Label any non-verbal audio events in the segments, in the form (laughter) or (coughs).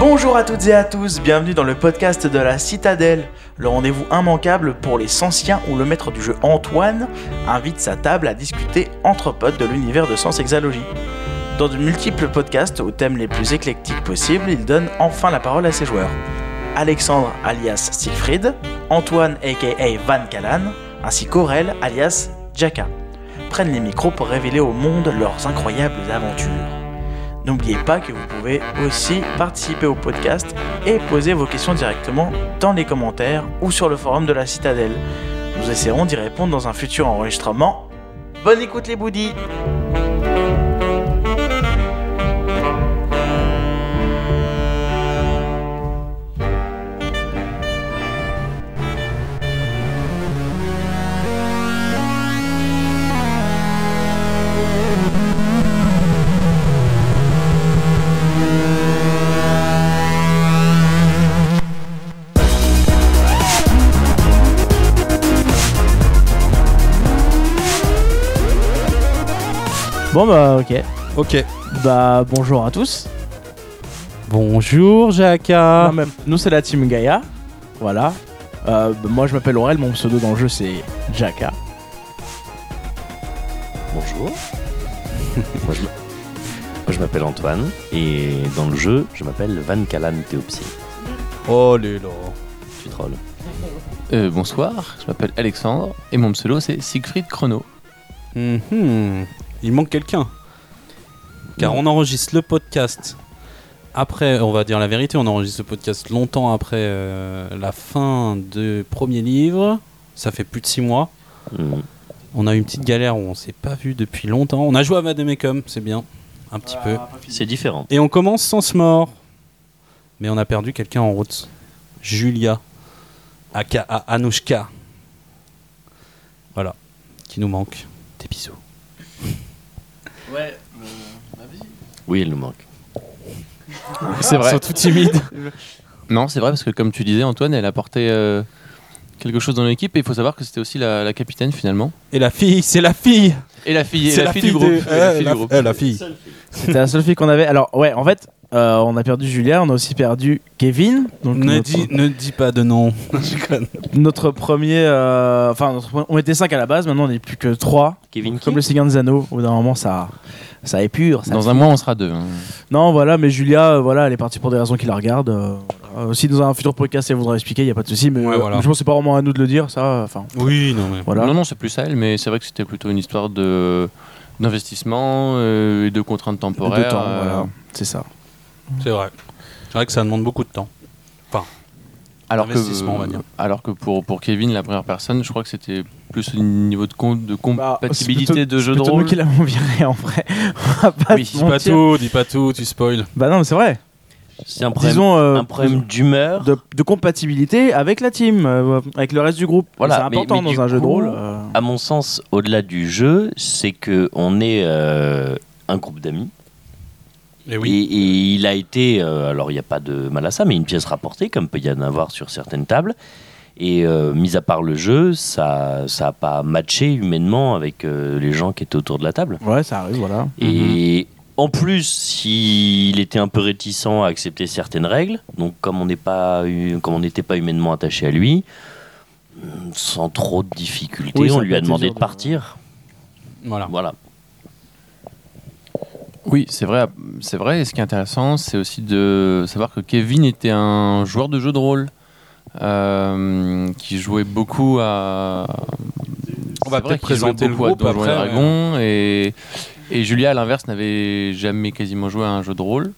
Bonjour à toutes et à tous, bienvenue dans le podcast de la Citadelle, le rendez-vous immanquable pour les Sanciens où le maître du jeu Antoine invite sa table à discuter entre potes de l'univers de Sens Hexalogie. Dans de multiples podcasts aux thèmes les plus éclectiques possibles, il donne enfin la parole à ses joueurs. Alexandre alias Siegfried, Antoine aka Van Callan, ainsi qu'Aurel alias Jaka prennent les micros pour révéler au monde leurs incroyables aventures. N'oubliez pas que vous pouvez aussi participer au podcast et poser vos questions directement dans les commentaires ou sur le forum de la Citadelle. Nous essaierons d'y répondre dans un futur enregistrement. Bonne écoute les boudis Bon bah ok. Ok. Bah bonjour à tous. Bonjour Jaka. Non, mais nous c'est la team Gaia. Voilà. Euh, bah, moi je m'appelle Aurel, mon pseudo dans le jeu c'est Jaka. Bonjour. Moi, je m'a- Moi, je m'appelle Antoine et dans le jeu, je m'appelle Van Kalan Théopsie. Oh les là. Tu trolls. Euh, bonsoir, je m'appelle Alexandre et mon pseudo c'est Siegfried Chrono. Mhm. Il manque quelqu'un. Car on enregistre le podcast. Après, on va dire la vérité, on enregistre le podcast longtemps après euh, la fin du premier livre. Ça fait plus de 6 mois. Mm. On a eu une petite galère où on s'est pas vu depuis longtemps. On a joué à Vademecum, c'est bien. Un petit peu. C'est différent. Et on commence sans se mort. Mais on a perdu quelqu'un en route. Julia. Aka Anushka. Voilà. Qui nous manque. Des bisous. Ouais. Oui, il nous manque. C'est Ils sont tout timides. Non, c'est vrai parce que comme tu disais, Antoine, elle apportait euh, quelque chose dans l'équipe et il faut savoir que c'était aussi la, la capitaine finalement. Et la fille, c'est la fille. Et la fille, et C'est la fille du groupe. de- Et la Eh, fille la- du groupe. eh, la fille. C'était la seule fille qu'on avait. Alors ouais, en fait, euh, on a perdu Julia, on a aussi perdu Kevin, donc Ne notre, dis, ne dis pas de nom. (laughs) notre premier. euh, Enfin, notre- on était 5 à la base, maintenant on n'est plus que 3 Kevin qui Comme le Seigneur des Anneaux, au bout d'un moment ça, ça épure. Ça Dans un mois, on sera deux. hein. Non, voilà, mais Julia, euh, voilà, elle est partie pour des raisons qui la regardent. euh, voilà. Euh, si dans un futur podcast elle voudra expliquer, il n'y a pas de souci, mais Ouais, euh, voilà. je pense que c'est pas vraiment à nous de le dire, ça. euh, Enfin, Oui, non mais. voilà. Non, non, c'est plus à elle, mais c'est vrai que c'était plutôt une histoire de d'investissement euh, et de contraintes temporaires. De temps, euh, voilà. C'est ça. C'est vrai. C'est vrai que ça demande beaucoup de temps. Alors que, Investissement, on va dire. alors que pour, pour Kevin, la première personne, je crois que c'était plus un niveau de, com- de compatibilité Bah, c'est de jeu de Bah, Plutôt nous rôle. (laughs) qui l'avons viré en vrai. On va pas Oui, se c'est Dis pas mentir. tout, dis pas tout, tu spoil. Bah non, mais c'est vrai. C'est un problème, Disons euh, un problème d'humeur. de, de compatibilité avec la team, euh, avec le reste du groupe. Voilà, c'est mais- important mais dans du un jeu de coup- rôle. euh, À mon sens, au-delà du jeu, c'est que on est euh, un groupe d'amis. Et Et, et il a été, euh, alors il n'y a pas de mal à ça, mais une pièce rapportée, comme peut y en avoir sur certaines tables. Et euh, mis à part le jeu, ça n'a pas matché humainement avec euh, les gens qui étaient autour de la table. Ouais, ça arrive, voilà. Mhm. Et en plus, s'il était un peu réticent à accepter certaines règles, donc comme on n'est pas eu- comme on n'était pas humainement attaché à lui, mm, sans trop de difficultés, Oui, ça on peut lui a être demandé dur de de- Ah. partir. Voilà. Voilà. Oui, c'est vrai, c'est vrai. Et ce qui est intéressant, c'est aussi de savoir que Kevin était un joueur de jeu de rôle euh, qui jouait beaucoup à. On va C'est vrai peut-être qu'il jouait présenter le beaucoup à groupe Donjons et après, Dragons et, et Julia, à l'inverse, n'avait jamais quasiment joué à un jeu de rôle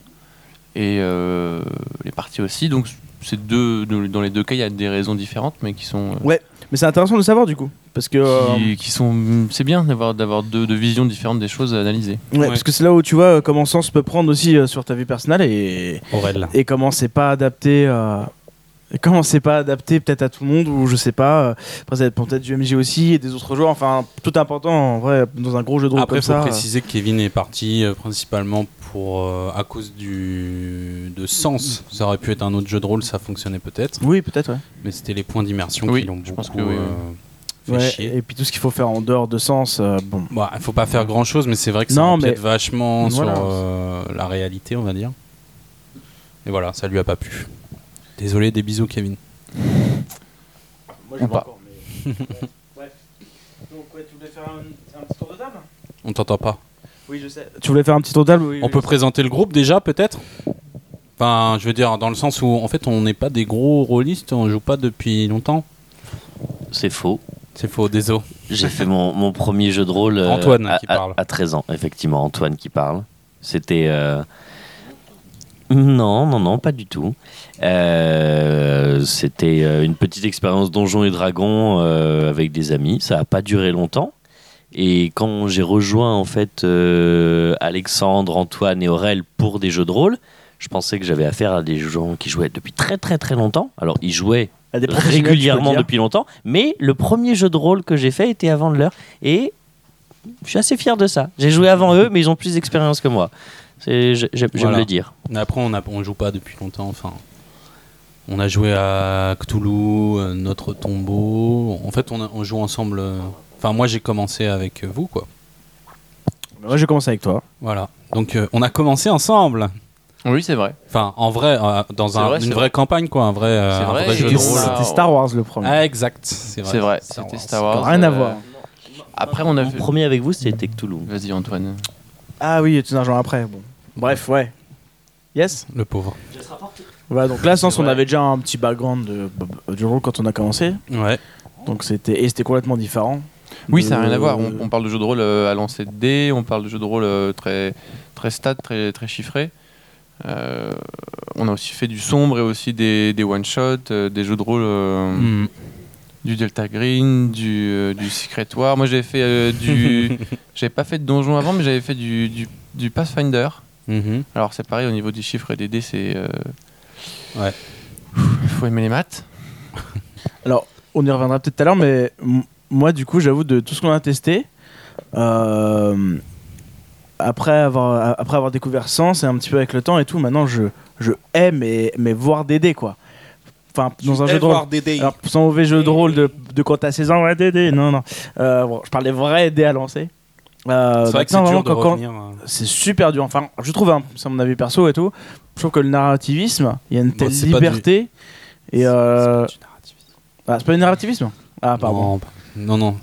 et euh, les parties aussi. Donc, c'est deux dans les deux cas, il y a des raisons différentes, mais qui sont euh, Mais c'est intéressant de le savoir du coup. Parce que. euh, qui, qui sont c'est bien d'avoir d'avoir deux, deux visions différentes des choses à analyser. ouais, Ouais. Parce que c'est là où tu vois euh, comment sens peut prendre aussi euh, sur ta vie personnelle et, Aurel. et comment c'est pas adapté euh, et comment c'est pas adapté peut-être à tout le monde ou je sais pas euh, après ça dépend peut-être du MJ aussi et des autres joueurs enfin tout important en vrai dans un gros jeu de rôle Après, Oh, comme il faut ça préciser que Kevin est parti euh, principalement pour, euh, à cause du, de sens. Ça aurait pu être un autre jeu de rôle, ça fonctionnait peut-être. euh, oui peut-être ouais. Mais c'était les points d'immersion Oui, qui l'ont je beaucoup pense que oui, oui. euh, fait Ouais, chier. et puis tout ce qu'il faut faire en dehors de sens euh, bon Bon, il faut pas faire grand chose, mais c'est vrai que ça Non, empiète mais- vachement Voilà. sur euh, la réalité, on va dire. Et voilà, ça lui a pas plu. Désolé, des bisous, Kevin. Moi, je Ou vois pas. mais. euh, (laughs) ouais. Donc, ouais, tu voulais faire un, petit tour de table On t'entend pas. Oui, je sais. Tu voulais faire un petit tour de table oui, On peut présenter le groupe déjà, peut-être Enfin, je veux dire, dans le sens où, en fait, on n'est pas des gros rôlistes, on joue pas depuis longtemps. C'est faux. C'est faux, désolé. J'ai fait mon, mon premier jeu de rôle euh, Antoine à, qui à- parle. à 13 ans, effectivement, Antoine qui parle. C'était... euh, Non, non, non, pas du tout. Euh, C'était euh, une petite expérience Donjons et Dragons euh, avec des amis. Ça n'a pas duré longtemps. Et quand j'ai rejoint en fait euh, Alexandre, Antoine et Aurel pour des jeux de rôle, je pensais que j'avais affaire à des gens qui jouaient depuis très très très longtemps. Alors ils jouaient À des professionnels, Euh, régulièrement tu veux dire. depuis longtemps. Mais le premier jeu de rôle que j'ai fait était avant de l'heure. Et je suis assez fier de ça. J'ai joué avant eux, mais ils ont plus d'expérience que moi. C'est- j'ai- J'aime j'aime Voilà. le dire. Mais après, on, a, on joue pas depuis longtemps, enfin. On a joué à Cthulhu, euh, Notre Tombeau. En fait, on, a- on joue ensemble. euh, Enfin, moi, j'ai commencé avec euh, vous, quoi. Mais Moi, je commence avec toi. Voilà. Donc, euh, on a commencé ensemble. Oui, c'est vrai. Enfin, en vrai, euh, dans C'est un- vrai, une c'est vraie campagne, quoi. Un vrai, euh, C'est un vrai, vrai jeu et de C'était on rôle. a- c'était Star Wars le premier. Ah, exact. C'est vrai. C'est vrai. Star C'était Wars. Star Wars. Rien à euh, voir. Après, on a Mon fait- premier avec vous, c'était Cthulhu. Vas-y, Antoine. Ah oui, tu l'argent après. Bon. Bref, ouais. Yes Le pauvre. Voilà, donc là, sans C'est on vrai. avait déjà un petit background de, du rôle quand on a commencé. Mm. Ouais. Donc c'était et c'était complètement différent. Oui, De- ça n'a rien à voir. On, on parle de jeux de rôle euh, à lancer de dés, on parle de jeux de rôle euh, très, très stats, très, très chiffrés. Euh, on a aussi fait du sombre et aussi des, des one-shots, euh, des jeux de rôle euh, Hmm. du Delta Green, du, euh, du Secret War. Moi, j'avais fait euh, (laughs) du. j'avais pas fait de donjon avant, mais j'avais fait du, du, du Pathfinder. Mhm. Alors, c'est pareil au niveau des chiffres et des dés, c'est. euh, Ouais. Faut aimer les maths. Alors, on y reviendra peut-être tout à l'heure, mais m- moi, du coup, j'avoue, de tout ce qu'on a testé, euh, après, avoir, a- après avoir découvert Sens et un petit peu avec le temps et tout, maintenant, je, je hais mais, mais voir Dédé, quoi. Enfin, dans un jeu de rôle. Alors, sans mauvais jeu de rôle de, de quand t'as 16 ans, ouais, Dédé, non, non. Euh, bon, je parlais vrai Dédé à lancer. Euh, C'est vrai que c'est maintenant, vraiment, dur de quand- quand- revenir. hein. c'est super dur. Enfin, je trouve, hein, c'est mon avis perso et tout, je trouve que le narrativisme, il y a une telle c'est pas liberté. Et euh, C'est pas du narrativisme. ah, c'est pas du narrativisme Ah, pardon. Non, pas- Non, non.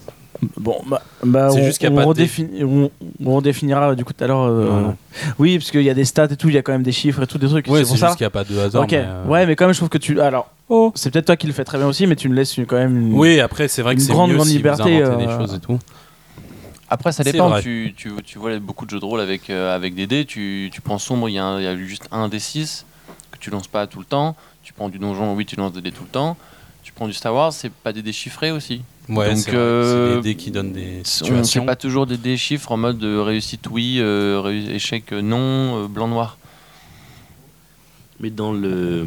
Bon, bah, bah, C'est on, juste qu'il y a on pas de redéfini- on- on redéfinira euh, du coup tout à l'heure. euh, Voilà. Oui, parce qu'il y a des stats et tout, il y a quand même des chiffres et tout, des trucs. Ouais, c'est c'est pour juste ça. qu'il n'y a pas de hasard. Ok, mais, euh, ouais, mais quand même, je trouve que tu. Alors, Oh. c'est peut-être toi qui le fais très bien aussi, mais tu me laisses une- quand même. une- Oui, après, c'est vrai que Une c'est grande, mieux grande si vous liberté, inventez des euh, choses et tout. Après, ça C'est dépend. vrai. Tu, tu, tu vois beaucoup de jeux de rôle avec, euh, avec des dés. Tu, tu prends sombre, il y, a un- il y a juste un des 6 que tu lances pas tout le temps. Tu prends du donjon, oui, tu lances des dés tout le temps. Tu prends du Star Wars, c'est pas des dés chiffrés aussi. Ouais, Donc, c'est vrai, c'est euh, des dés qui donnent des On fait situations. pas toujours des dés chiffres en mode euh, réussite oui, euh, réu- échec euh, non, euh, blanc-noir. Mais dans le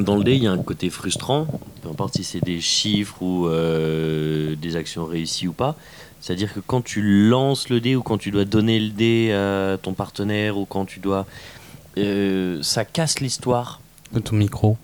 dans le dé, il y a un côté frustrant, peu importe si c'est des chiffres ou euh, des actions réussies ou pas. C'est-à-dire que quand tu lances le dé ou quand tu dois donner le dé à ton partenaire ou quand tu dois, euh, ça casse l'histoire. Ton micro.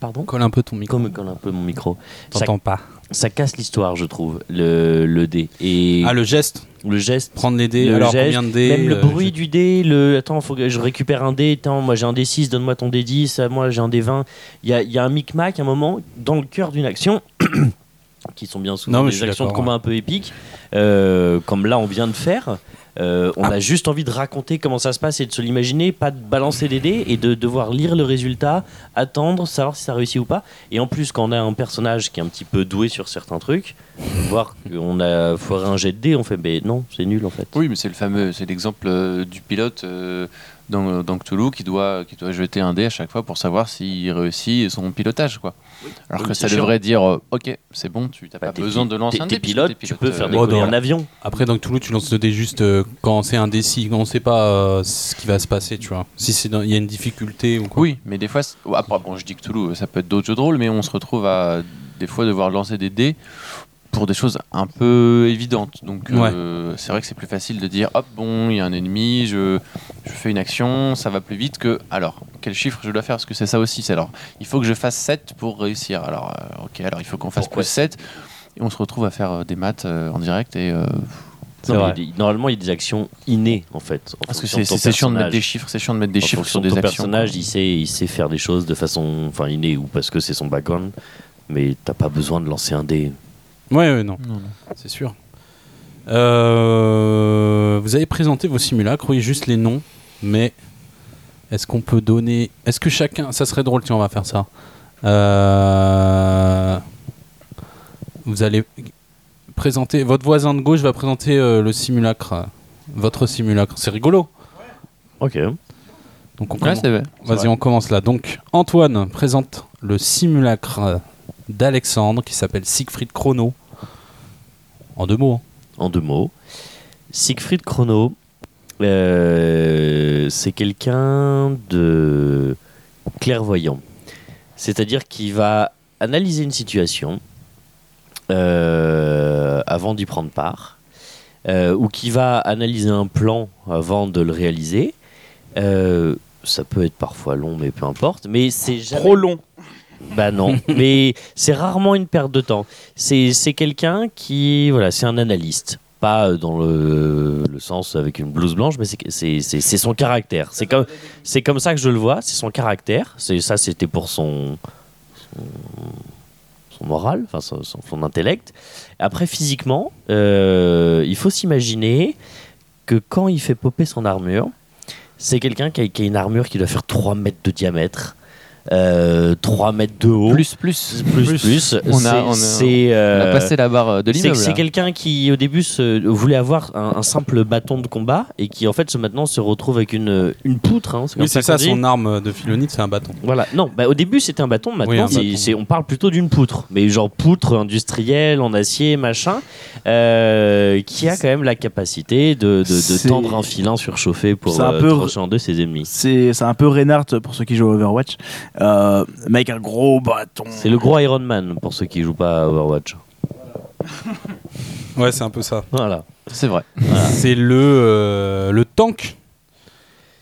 Pardon. Colle un peu ton micro. Comme colle un peu mon micro. Ça, T'entends pas. ça casse l'histoire, je trouve, le, le dé et Ah, le geste. le geste. Prendre les dés. Le Alors, geste, combien de dés Même le euh, bruit je- du dé, le attends, faut que je récupère un dé, attends, moi j'ai un dé 6, donne-moi ton dé 10, ah, moi j'ai un dé 20. Il y a, il y a un micmac, un moment, dans le cœur d'une action, (coughs) qui sont bien souvent Non, mais je des suis actions de d'accord, combat un peu épiques, euh, comme là on vient de faire. euh, on Ah. a juste envie de raconter comment ça se passe et de se l'imaginer, pas de balancer des dés et de devoir lire le résultat, attendre, savoir si ça réussit ou pas. Et en plus, quand on a un personnage qui est un petit peu doué sur certains trucs, voir qu'on a foiré un jet de dés, on fait, mais non, c'est nul en fait. Oui, mais c'est le fameux, c'est l'exemple euh, du pilote euh, dans, dans Cthulhu qui doit, qui doit jeter un dé à chaque fois pour savoir s'il réussit son pilotage. Quoi. Alors Oui, que c'est ça sûr. devrait dire euh, Ok, c'est bon, tu n'as Bah, pas t'es besoin pi- de lancer T'es un t'es dé. puisque pilote, t'es tu peux euh, faire des- Oh, décoller dans- un avion. Après, dans Toulouse, tu lances le dé juste euh, quand c'est un dé si on sait pas euh, ce qui va se passer, tu vois. Si c'est dans- il y a une difficulté ou quoi. Oui, mais des fois, c'est- ouais, après, bon, je dis Cthulhu, ça peut être d'autres jeux de rôle, mais on se retrouve à des fois devoir lancer des dés pour des choses un peu évidentes. Donc euh, c'est vrai que c'est plus facile de dire Hop, bon, il y a un ennemi, je, je fais une action, ça va plus vite que alors, quel chiffre je dois faire Parce que c'est ça aussi, c'est alors, il faut que je fasse 7 pour réussir. Alors, euh, ok, alors il faut qu'on fasse Pourquoi plus 7. Et on se retrouve à faire euh, des maths euh, en direct et. euh, C'est Non, mais vrai. il y a des- normalement, il y a des actions innées, en fait. en Parce que fonction c'est de ton c'est chiant de mettre personnage. des chiffres, c'est chiant de mettre des En chiffres fonction sur de des ton actions. personnage, il sait, il sait faire des choses de façon enfin, innée ou parce que c'est son background, mais t'as pas besoin de lancer un dé. Ouais, ouais, non, c'est sûr. Euh, vous avez présenté vos simulacres, oui, juste les noms, mais est-ce qu'on peut donner. Est-ce que chacun. Ça serait drôle, tiens, on va faire ça. Euh, Vous allez présenter. Votre voisin de gauche va présenter euh, le simulacre. euh, Votre simulacre. C'est rigolo. Ok. Donc on Ouais, commence. c'est vrai. Vas-y, on commence là. Donc, Antoine présente le simulacre euh, d'Alexandre qui s'appelle Siegfried Chrono. En deux mots. hein. En deux mots, Siegfried Chrono, euh, c'est quelqu'un de clairvoyant. C'est-à-dire qu'il va analyser une situation euh, avant d'y prendre part, euh, ou qui va analyser un plan avant de le réaliser. Euh, ça peut être parfois long, mais peu importe. Mais c'est jamais Trop long. bah non, mais c'est rarement une perte de temps. C'est c'est quelqu'un qui, voilà, c'est un analyste. Pas euh, dans le, le sens avec une blouse blanche, mais c'est que- c'est c'est- c'est son caractère. C'est comme, c'est comme ça que je le vois, c'est son caractère. C'est- Ça, c'était pour son, son, son moral, enfin son, son- son intellect. Après, physiquement, euh, il faut s'imaginer que quand il fait popper son armure, c'est quelqu'un qui, a- qui a une armure qui doit faire 3 mètres de diamètre, euh, 3 mètres de haut. Plus, plus. plus, plus. On C'est- a, on a- c'est, on a euh, passé la barre euh, de c'est- l'immeuble. C'est là. quelqu'un qui, au début, se- voulait avoir un, un simple bâton de combat et qui, en fait, se, maintenant se retrouve avec une, une poutre. hein, comme Oui, c'est qu'on ça, dit. son arme de Philonite, c'est un bâton. Voilà. Non, bah, au début, c'était un bâton. Maintenant, Oui, un c'est- bâton. c'est- on parle plutôt d'une poutre. Mais genre poutre industrielle, en acier, machin, euh, qui a quand même la capacité de, de- de C'est- tendre un filin surchauffé pour C'est un euh, peu- trancher en deux ses ennemis. C'est c'est un peu Reinhardt pour ceux qui jouent à Overwatch. Euh, mec, un gros bâton. C'est le gros Iron Man pour ceux qui jouent pas à Overwatch. Ouais, c'est un peu ça. Voilà. C'est vrai. C'est le, euh, le tank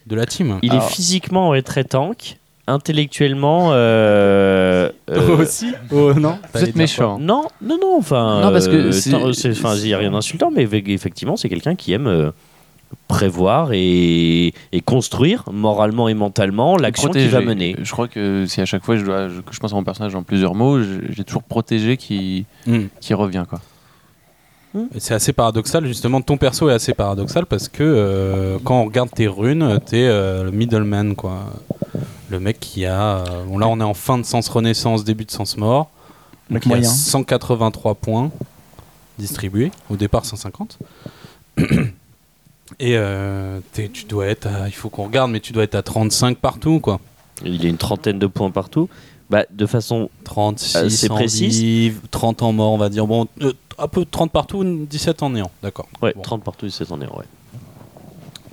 de la team. Il Alors- est physiquement ouais, très tank, intellectuellement. euh, (laughs) euh, aussi hein. Oh non Vous êtes méchant. Non, non, non. Enfin, Non, parce que euh, c'est- tant- c'est- enfin, il n'y a rien d'insultant, mais ve- effectivement, c'est quelqu'un qui aime euh, prévoir et, et construire moralement et mentalement l'action qu'il Protéger. va mener. Je crois que si à chaque fois je, dois, je- que je pense à mon personnage en plusieurs mots, je- j'ai toujours protégé qui, Mm. qui revient. Quoi. C'est assez paradoxal, justement. Ton perso est assez paradoxal parce que euh, quand on regarde tes runes, t'es euh, le middleman, quoi. Le mec qui a. euh, bon, là, on est en fin de sens renaissance, début de sens mort. Mec il a moyen. 183 points distribués. Au départ, 150. Et euh, t'es- tu dois être. à- il faut qu'on regarde, mais tu dois être à 35 partout, quoi. Il a une trentaine de points partout. Bah, de façon 36 Euh, c'est en précis. vive, 30 en mort, on va dire. Bon, euh, un peu 30 partout, 17 en néant, d'accord. ouais, Bon. 30 partout, c'est en est, ouais.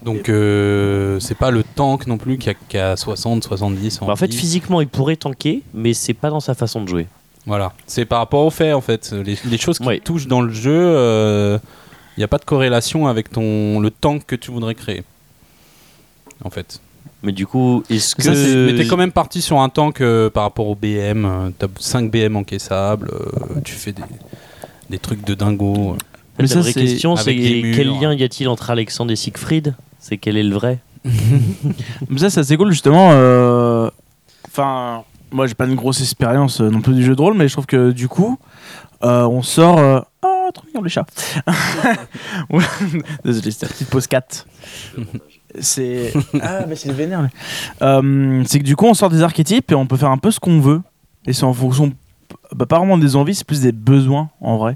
Donc euh, c'est pas le tank non plus qui a, qui a 60, 70 en Bah, en fait, vie. physiquement, il pourrait tanker, mais c'est pas dans sa façon de jouer. Voilà, c'est par rapport aux faits en fait. Les, les choses qui Ouais. te touchent dans le jeu, il n'y a pas de corrélation avec ton, le tank que tu voudrais créer. En fait. Mais du coup, est-ce que Ça, c'est- mais t'es quand même parti sur un tank euh, par rapport au BM. euh, T'as 5 BM encaissables, euh, tu fais des, des trucs de dingo. euh. La Mais ça, vraie c'est- question, c'est Avec des murs, quel hein. lien y a-t-il entre Alexandre et Siegfried C'est quel est le vrai Mais ça, c'est assez cool, justement. euh, Enfin, moi, j'ai pas une grosse expérience euh, non plus du jeu de rôle, mais je trouve que du coup, euh, on sort. euh, Ah, trop mignon, les chats. Ouais, Désolé, c'était la petite pause 4. (laughs) C'est. Ah, mais c'est le vénère. lui. Euh, c'est que du coup, on sort des archétypes et on peut faire un peu ce qu'on veut. Et c'est en fonction. bah, pas vraiment des envies, c'est plus des besoins, en vrai.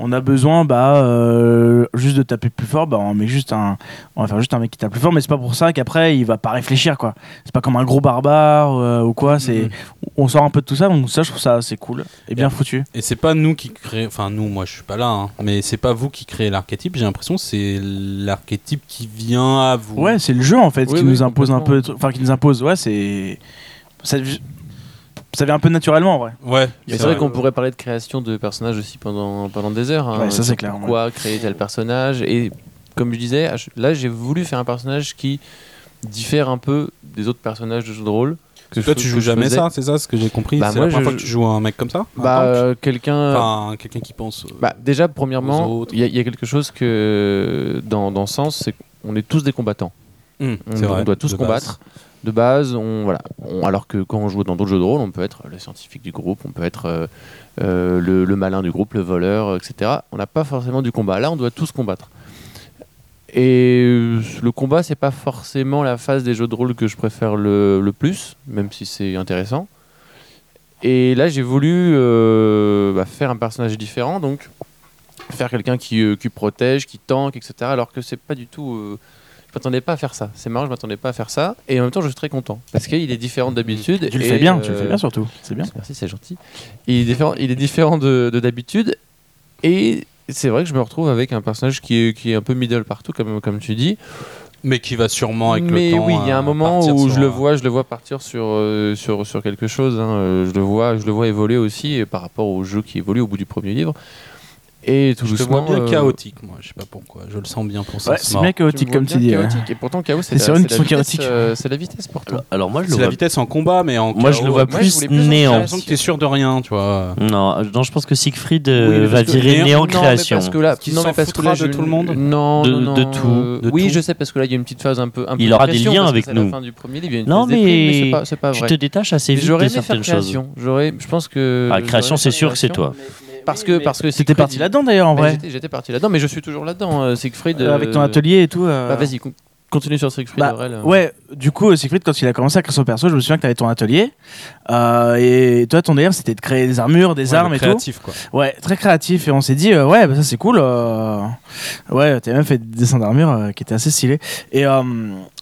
On a besoin, bah, euh, juste de taper plus fort, bah, on met juste un, on va faire juste un mec qui tape plus fort, mais c'est pas pour ça qu'après il va pas réfléchir quoi. C'est pas comme un gros barbare euh, ou quoi. C'est Mhm. on sort un peu de tout ça, donc ça je trouve ça assez cool et bien Yeah. foutu. Et c'est pas nous qui créons, enfin nous, moi je suis pas là, hein, mais c'est pas vous qui créez l'archétype, j'ai l'impression que c'est l'archétype qui vient à vous. Ouais, c'est le jeu en fait Oui, qui oui, nous impose un peu, complètement. de trucs- enfin qui nous impose. Ouais, c'est ça, ça vient un peu naturellement en vrai. Ouais, Mais c'est vrai qu'on pourrait parler de création de personnages aussi pendant, pendant des heures. hein. Ouais, ça, c'est clair, Pourquoi créer tel personnage Et comme je disais, à ch- là j'ai voulu faire un personnage qui diffère un peu des autres personnages de jeux de rôle. que je Toi, fais- tu que joues je jamais faisais. ça, c'est ça ce que j'ai compris Bah, C'est moi, la première je- fois que tu joues à un mec comme ça un Bah, tank euh, quelqu'un. Enfin, quelqu'un qui pense. euh, Bah, déjà, premièrement, aux autres. il y, a- il y a quelque chose que dans, dans ce sens, c'est qu'on est tous des combattants. hmm, On, c'est vrai, on doit tous de combattre. De base, on, voilà. On- alors que quand on joue dans d'autres jeux de rôle, on peut être le scientifique du groupe, on peut être euh, euh, le, le malin du groupe, le voleur, etc. On n'a pas forcément du combat. Là, on doit tous combattre. Et euh, le combat, c'est pas forcément la phase des jeux de rôle que je préfère le, le plus, même si c'est intéressant. Et là, j'ai voulu euh, bah, faire un personnage différent, donc faire quelqu'un qui, euh, qui protège, qui tank, etc. Alors que c'est pas du tout. euh, je m'attendais pas à faire ça. C'est marrant, je m'attendais pas à faire ça. Et en même temps, je suis très content parce qu'il est différent d'habitude. Tu le et, fais bien, tu le euh, fais bien surtout. C'est bien. Merci, c'est gentil. Il est différent, il est différent de de d'habitude. Et c'est vrai que je me retrouve avec un personnage qui est, qui est un peu middle partout, comme, comme tu dis. Mais qui va sûrement avec Mais le temps. oui, il y a un euh, moment partir où sur je le un- vois, je le vois partir sur, euh, sur, sur quelque chose. hein. Euh, Je, le vois, je le vois évoluer aussi et par rapport au jeu qui évolue au bout du premier livre. Et tout Je te vois doucement, bien euh, chaotique, moi. Je sais pas pourquoi. Je le sens bien pour ça. Ouais, ce c'est marrant. bien je chaotique me comme hein. vois tu bien dis. hein. ouais. chaotique. Et pourtant, Chaos, C'est c'est sur la, une c'est la qui sont vitesse, chaotiques. euh, c'est la vitesse pour toi. Alors, Bah, alors moi, je le C'est la vois. vitesse en combat, mais en. Moi, je le KO, vois J'ai Moi, je plus voulais plus néant. en création. l'impression que t'es sûr de rien, tu vois. Non, euh, non, je pense que Siegfried euh, Oui, mais va parce que virer néant- néant Non, mais création. parce que là, Qui non, s'en mais parce que foutra là, de j'ai tout le une- monde Non, De- non, non, de tout. euh, De oui, tout. je sais parce que là, il y a une petite phase un peu. Un peu Il aura des pression, liens parce que avec c'est la nous. fin du premier livre, il y a une Non, phase déprime, mais- c'est pas, c'est pas Tu vrai. te détaches assez vite J'aurais de aimé faire certaines choses. création. J'aurais, je pense que. Ah, création, j'aurais c'est aimé faire sûr que c'est création. toi. Parce que parce que C'était parti là-dedans d'ailleurs en Mais vrai. j'étais- J'étais parti là-dedans, mais je suis toujours là-dedans. euh, Siegfried. Euh, Avec ton euh, atelier et tout. euh, bah, Vas-y, con- continue sur Siegfried. Bah, Aurel, euh. Ouais, du coup, euh, Siegfried, quand il a commencé à créer son perso, je me souviens que t'avais ton atelier. Euh, et toi, ton délire, c'était de créer des armures, des Ouais, armes le et tout. créatif, quoi. Ouais, très créatif. Et on s'est dit, euh, ouais, bah, ça c'est cool. euh, Ouais, t'as même fait des dessins d'armure euh, qui étaient assez stylés. Et, euh,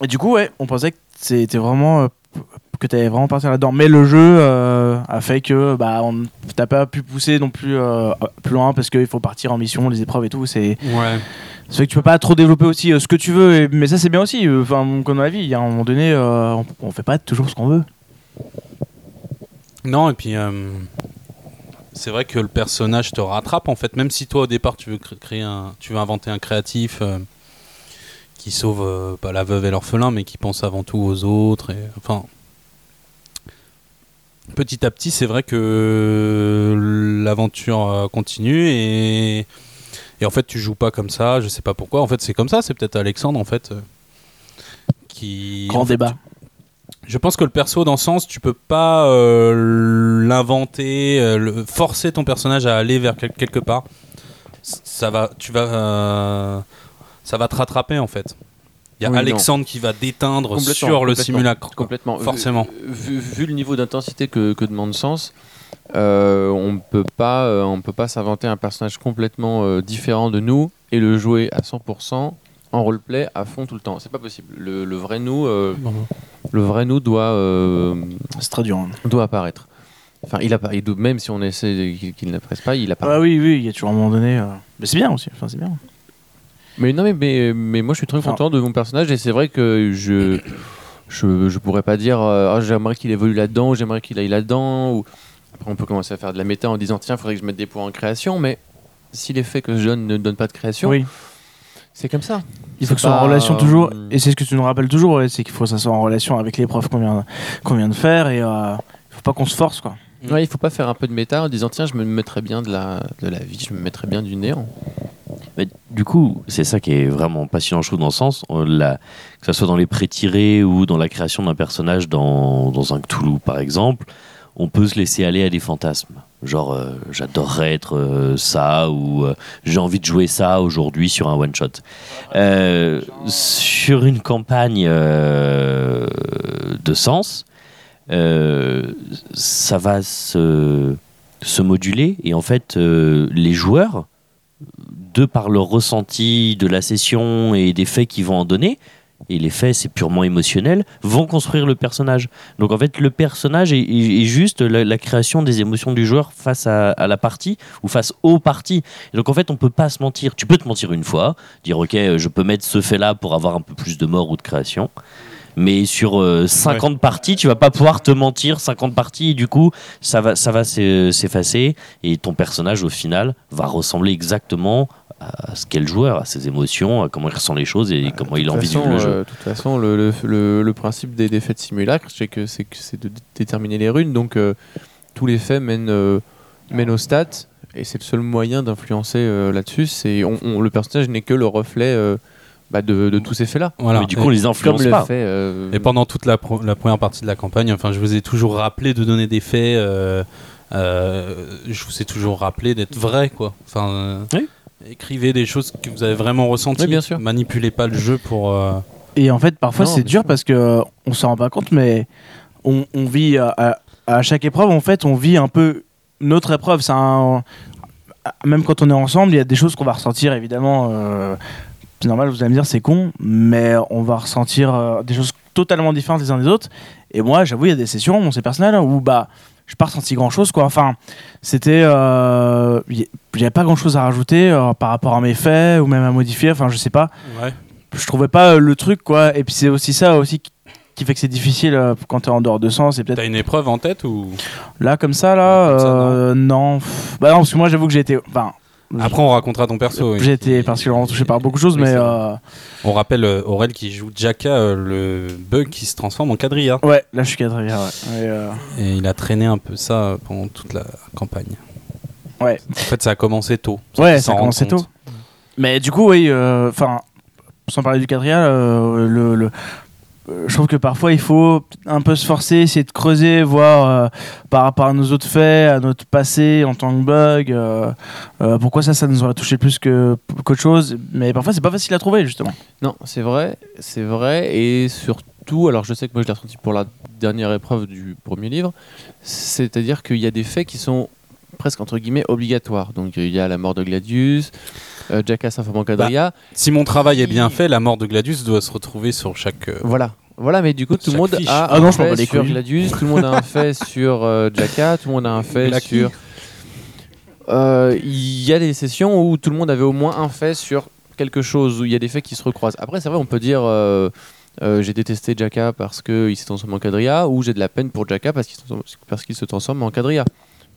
et du coup, ouais, on pensait que c'était vraiment. euh, p- que t'allais vraiment partir là-dedans. Mais le jeu euh, a fait que bah, on t'as pas pu pousser non plus euh, plus loin parce qu'il faut partir en mission, les épreuves et tout. C'est Ouais. c'est vrai que tu peux pas trop développer aussi euh, ce que tu veux, et- mais ça c'est bien aussi. euh, Enfin, comme dans la vie, il y a un moment donné, euh, on, on fait pas toujours ce qu'on veut. Non, et puis euh, c'est vrai que le personnage te rattrape en fait, même si toi au départ tu veux cr- créer un, tu veux inventer un créatif euh, qui sauve euh, pas la veuve et l'orphelin, mais qui pense avant tout aux autres. Et, enfin, petit à petit, c'est vrai que l'aventure euh, continue et et en fait tu joues pas comme ça. Je sais pas pourquoi. En fait, c'est comme ça. C'est peut-être Alexandre en fait. euh, qui, Grand en fait, débat. je pense que le perso, dans le sens, tu peux pas euh, l'inventer, euh, le- forcer ton personnage à aller vers quel- quelque part. C- Ça va, tu vas, euh, ça va te rattraper en fait. Il y a Oui, non. Alexandre qui va déteindre Complètement, sur le complètement, simulacre. quoi. Complètement. Vu- Forcément. Vu, vu le niveau d'intensité que, que demande Sens, euh, on peut pas, euh, on peut pas s'inventer un personnage complètement euh, différent de nous et le jouer à 100% en roleplay à fond tout le temps. C'est pas possible. Le, le vrai nous, euh, le vrai nous doit, euh, C'est très dur. hein. doit apparaître. Enfin, il apparaît. il doit- Même si on essaie qu'il qu'il n'apparaisse pas, il apparaît. Ah oui, oui, il y a toujours un moment donné. euh, Mais c'est bien aussi. Enfin, c'est bien. Mais non, mais, mais, mais moi je suis très Enfin- content de mon personnage et c'est vrai que je, je, je pourrais pas dire euh, Ah, j'aimerais qu'il évolue là-dedans ou j'aimerais qu'il aille là-dedans. Ou... Après, on peut commencer à faire de la méta en disant tiens, faudrait que je mette des points en création, mais si l'effet que je donne ne donne pas de création, Oui. c'est comme ça. Il faut que ce soit pas, en relation euh, toujours. Et c'est ce que tu nous rappelles toujours, ouais, c'est qu'il faut que ça soit en relation avec l'épreuve qu'on vient, qu'on vient de faire et euh, faut pas qu'on se force quoi. Mm. Ouais, il faut pas faire un peu de méta en disant tiens, je me mettrais bien de la, de la vie, je me mettrais bien du néant. Mais du coup, c'est ça qui est vraiment passionnant, je trouve, dans le sens, on l'a- que ce soit dans les pré-tirés ou dans la création d'un personnage dans, dans un Cthulhu, par exemple, on peut se laisser aller à des fantasmes. Genre, euh, j'adorerais être euh, ça, ou euh, j'ai envie de jouer ça aujourd'hui sur un one-shot. Euh, sur une campagne euh, de sens, euh, ça va se, se moduler, et en fait, euh, les joueurs de par leur ressenti de la session et des faits qu'ils vont en donner, et les faits c'est purement émotionnel, vont construire le personnage. Donc en fait le personnage est, est- est juste la, la création des émotions du joueur face à, à la partie ou face aux parties. Et donc en fait on peut pas se mentir. Tu peux te mentir une fois, dire ok euh, je peux mettre ce fait là pour avoir un peu plus de mort ou de création. Mais sur euh, 50 parties, tu vas pas pouvoir te mentir 50 parties et du coup, ça va, ça va s'e- s'effacer et ton personnage au final va ressembler exactement à ce qu'est le joueur, à ses émotions, à comment il ressent les choses et comment il envisage façon, le jeu. euh, Bah, De toute façon, le, le- le- le principe des, des faits de simulacre, c'est que c'est que c'est de dé- déterminer les runes. Donc, euh, tous les faits mènent, euh, mènent aux stats. Et c'est le seul moyen d'influencer euh, là-dessus. C'est on- on- le personnage n'est que le reflet euh, bah, de, de tous ces faits-là. Voilà. Mais du coup, on les Comme influence le pas. fait. euh, Et pendant toute la, pro- la première partie de la campagne, enfin, je vous ai toujours rappelé de donner des faits. euh, euh, je vous ai toujours rappelé d'être vrai, quoi. Enfin, euh, Oui. écrivez des choses que vous avez vraiment ressenties. Oui, bien sûr. Manipulez pas le jeu pour. euh, Et en fait, parfois, Non, c'est bien dur sûr. parce que euh, on s'en rend pas compte, mais on, on vit à, à- à chaque épreuve, en fait, on vit un peu notre épreuve. C'est un- même quand on est ensemble, il y a des choses qu'on va ressentir, évidemment. euh, c'est normal, vous allez me dire, c'est con, mais on va ressentir euh, des choses totalement différentes les uns des autres. Et moi, j'avoue, il y a des sessions, bon, c'est personnel, où bah, je n'ai pas ressenti grand-chose, quoi. Enfin, c'était. euh, Il n'y avait pas grand-chose à rajouter euh, par rapport à mes faits ou même à modifier, enfin, je sais pas je trouvais pas euh, le truc quoi et puis c'est aussi ça aussi qui- qui fait que c'est difficile euh, quand t'es en dehors de sens et peut-être T'as une épreuve en tête ou là comme ça là Comme ça, euh, non Pff, bah non parce que moi j'avoue que j'ai été enfin Après, on racontera ton perso. oui. j'ai été particulièrement touché par beaucoup de choses Oui, mais c'est vrai. euh, On rappelle euh, Aurel qui joue Jaka, euh, le bug qui se transforme en quadrilla. ouais là je suis cadré ouais. Et, euh, Et il a traîné un peu ça euh, pendant toute la campagne. Ouais. En fait, ça a commencé tôt. ouais Ils ça s'en a commencé rendent compte. tôt mais du coup oui euh, enfin sans parler du quadrilla euh, le, le- euh, je trouve que parfois il faut un peu se forcer, essayer de creuser, voir euh, par rapport à nos autres faits, à notre passé en tant que bug, euh, euh, pourquoi ça, ça nous aurait touché plus que qu'autre chose. Mais parfois c'est pas facile à trouver justement. Non, c'est vrai, c'est vrai, et surtout, alors je sais que moi je l'ai ressenti pour la dernière épreuve du premier livre, c'est-à-dire qu'il y a des faits qui sont presque entre guillemets obligatoires. Donc il y a la mort de Gladius, euh, Jackass s'informe en quadrilla, Si mon travail est bien fait, la mort de Gladius doit se retrouver sur chaque. euh, voilà. Voilà, mais du coup, tout Chaque le monde fiche. a Ah non, un je m'en bats fait les sur couilles. Gladius, tout le monde a un (laughs) fait sur euh, Jacka, tout le monde a un fait Blacky. sur. Euh, Il y a des sessions où tout le monde avait au moins un fait sur quelque chose, où il y a des faits qui se recroisent. Après, c'est vrai, on peut dire euh, euh, j'ai détesté Jacka parce qu'il s'est transformé en quadrilla, ou j'ai de la peine pour Jacka parce qu'il se transforme- parce qu'il se transforme en quadrilla.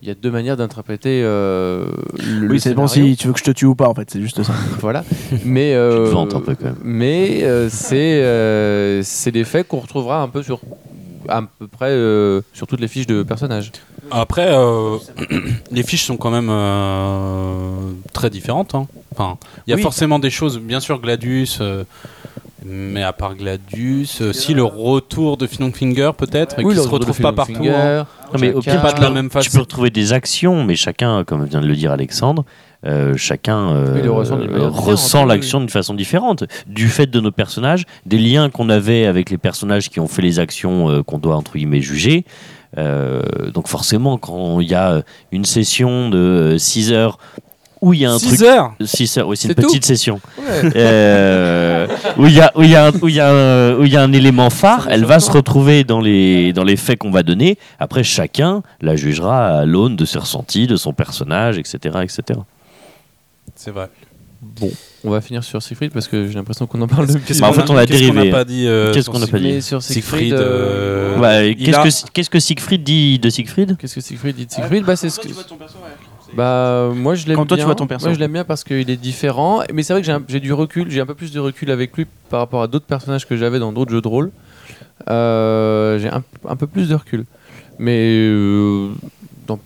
Il y a deux manières d'interpréter euh, le. le Oui, c'est bon scénario. si tu veux que je te tue ou pas en fait, c'est juste ça. (laughs) Voilà. Mais. euh, Tu te vantes un peu, quand même. Mais euh, c'est euh, c'est des faits qu'on retrouvera un peu sur à peu près euh, sur toutes les fiches de personnages. Après, euh, (clears throat) les fiches sont quand même euh, très différentes. hein. Enfin, il y a Oui. forcément des choses. Bien sûr, Gladius. euh, mais à part Gladius, euh, si le retour de Finger peut-être, mais qui se retrouve pas partout. hein. Non, mais au Chacun- pire, Pas de la tu- même Tu façon. peux retrouver des actions, mais chacun, comme vient de le dire Alexandre, euh, chacun euh, Oui, le ressent d'une manière différente, ressent oui, l'action d'une façon différente. Du fait de nos personnages, des liens qu'on avait avec les personnages qui ont fait les actions euh, qu'on doit entre guillemets juger. Euh, donc forcément, quand il y a une session de 6 heures où il y a un Six truc... heures six heures, oui, c'est une C'est tout. petite session. Ouais. Euh, où il y a où il y a un- où il y a un- où il y a un élément phare, elle va se retrouver dans les dans les faits qu'on va donner. Après, chacun la jugera à l'aune de ses ressentis, de son personnage, etc., etc. C'est vrai. Bon, on va finir sur Siegfried parce que j'ai l'impression qu'on en parle depuis. Qu'est-ce Bah, en qu'on fait, on a qu'est-ce qu'on dérivé. n'a pas dit euh, Qu'est-ce sur qu'on n'a pas Siegfried Mais sur Siegfried, Siegfried, euh, euh, Bah, il qu'est-ce a- que qu'est-ce que Siegfried dit de Siegfried Qu'est-ce que Siegfried dit de Siegfried bah, c'est ce que- Bah euh, moi je l'aime Quand toi, tu bien. vois ton perso. Moi je l'aime bien parce qu'il est différent. Mais c'est vrai que j'ai un- j'ai du recul, j'ai un peu plus de recul avec lui par rapport à d'autres personnages que j'avais dans d'autres jeux de rôle. Euh, j'ai un, un peu plus de recul. Mais euh, dans-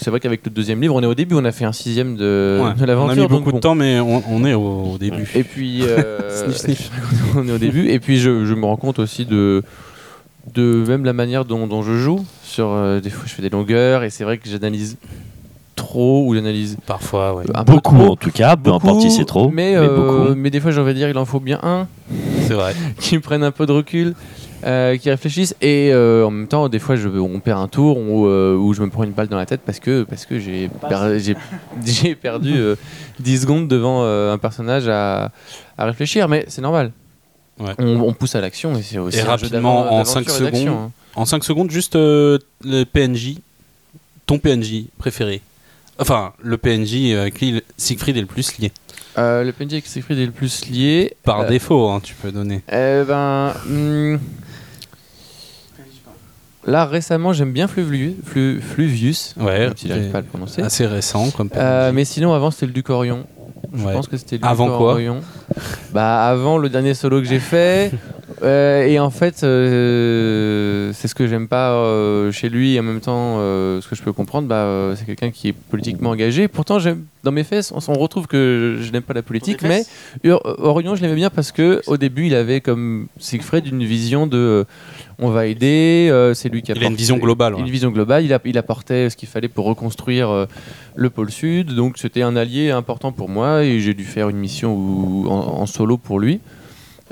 c'est vrai qu'avec le deuxième livre, on est au début, on a fait un sixième de, Ouais, de On l'aventure. a mis donc beaucoup bon. de temps, mais on, on est au, au début. Et (laughs) puis euh, Sniff, sniff. (laughs) on est au début. Et puis je, je me rends compte aussi de de même la manière dont, dont je joue. Sur euh, des fois je fais des longueurs et c'est vrai que j'analyse trop ou j'analyse Parfois, ouais. un peu Beaucoup trop. en tout cas, peu importe si Beaucoup, c'est trop, Mais, mais, euh, beaucoup. mais des fois, j'ai envie de dire, il en faut bien un (laughs) C'est vrai. qui prenne un peu de recul, euh, qui réfléchisse. Et euh, en même temps, des fois, je, on perd un tour ou euh, ou je me prends une balle dans la tête parce que, parce que j'ai per- j'ai- (laughs) j'ai perdu euh, 10 secondes devant euh, un personnage à, à réfléchir. Mais c'est normal. Ouais. On, on pousse à l'action et c'est aussi Et un jeu rapidement, d'avent- en d'aventure cinq et d'action, secondes, hein. En 5 secondes, juste euh, le PNJ, ton PNJ préféré. Enfin, le PNJ avec euh, qui le- Siegfried est le plus lié. Euh, le PNJ avec Siegfried est le plus lié. Par Euh, défaut, hein, tu peux donner. Eh ben. hmm. Là, récemment, j'aime bien Fluvlu- Flu- Fluvius. Ouais, même si j'arrive pas à le prononcer. assez récent comme PNJ. Euh, mais sinon, avant, c'était le Ducorion. Je Ouais. pense que c'était lui, Avant Coran quoi Royon. Bah avant le dernier solo que j'ai fait. (laughs) Euh, et en fait, euh, c'est ce que j'aime pas euh, chez lui. Et en même temps, euh, ce que je peux comprendre, bah, euh, c'est quelqu'un qui est politiquement engagé. Pourtant, j'aime- dans mes fesses, on, on retrouve que je, je n'aime pas la politique, mais Ur- Orion, je l'aimais bien parce que au début, il avait comme Siegfried une vision de, euh, on va aider. euh, c'est lui qui a Il a une porté- vision globale. ouais. une vision globale. Il, a- il apportait ce qu'il fallait pour reconstruire euh, le pôle sud. Donc c'était un allié important pour moi et j'ai dû faire une mission où- en, en solo pour lui.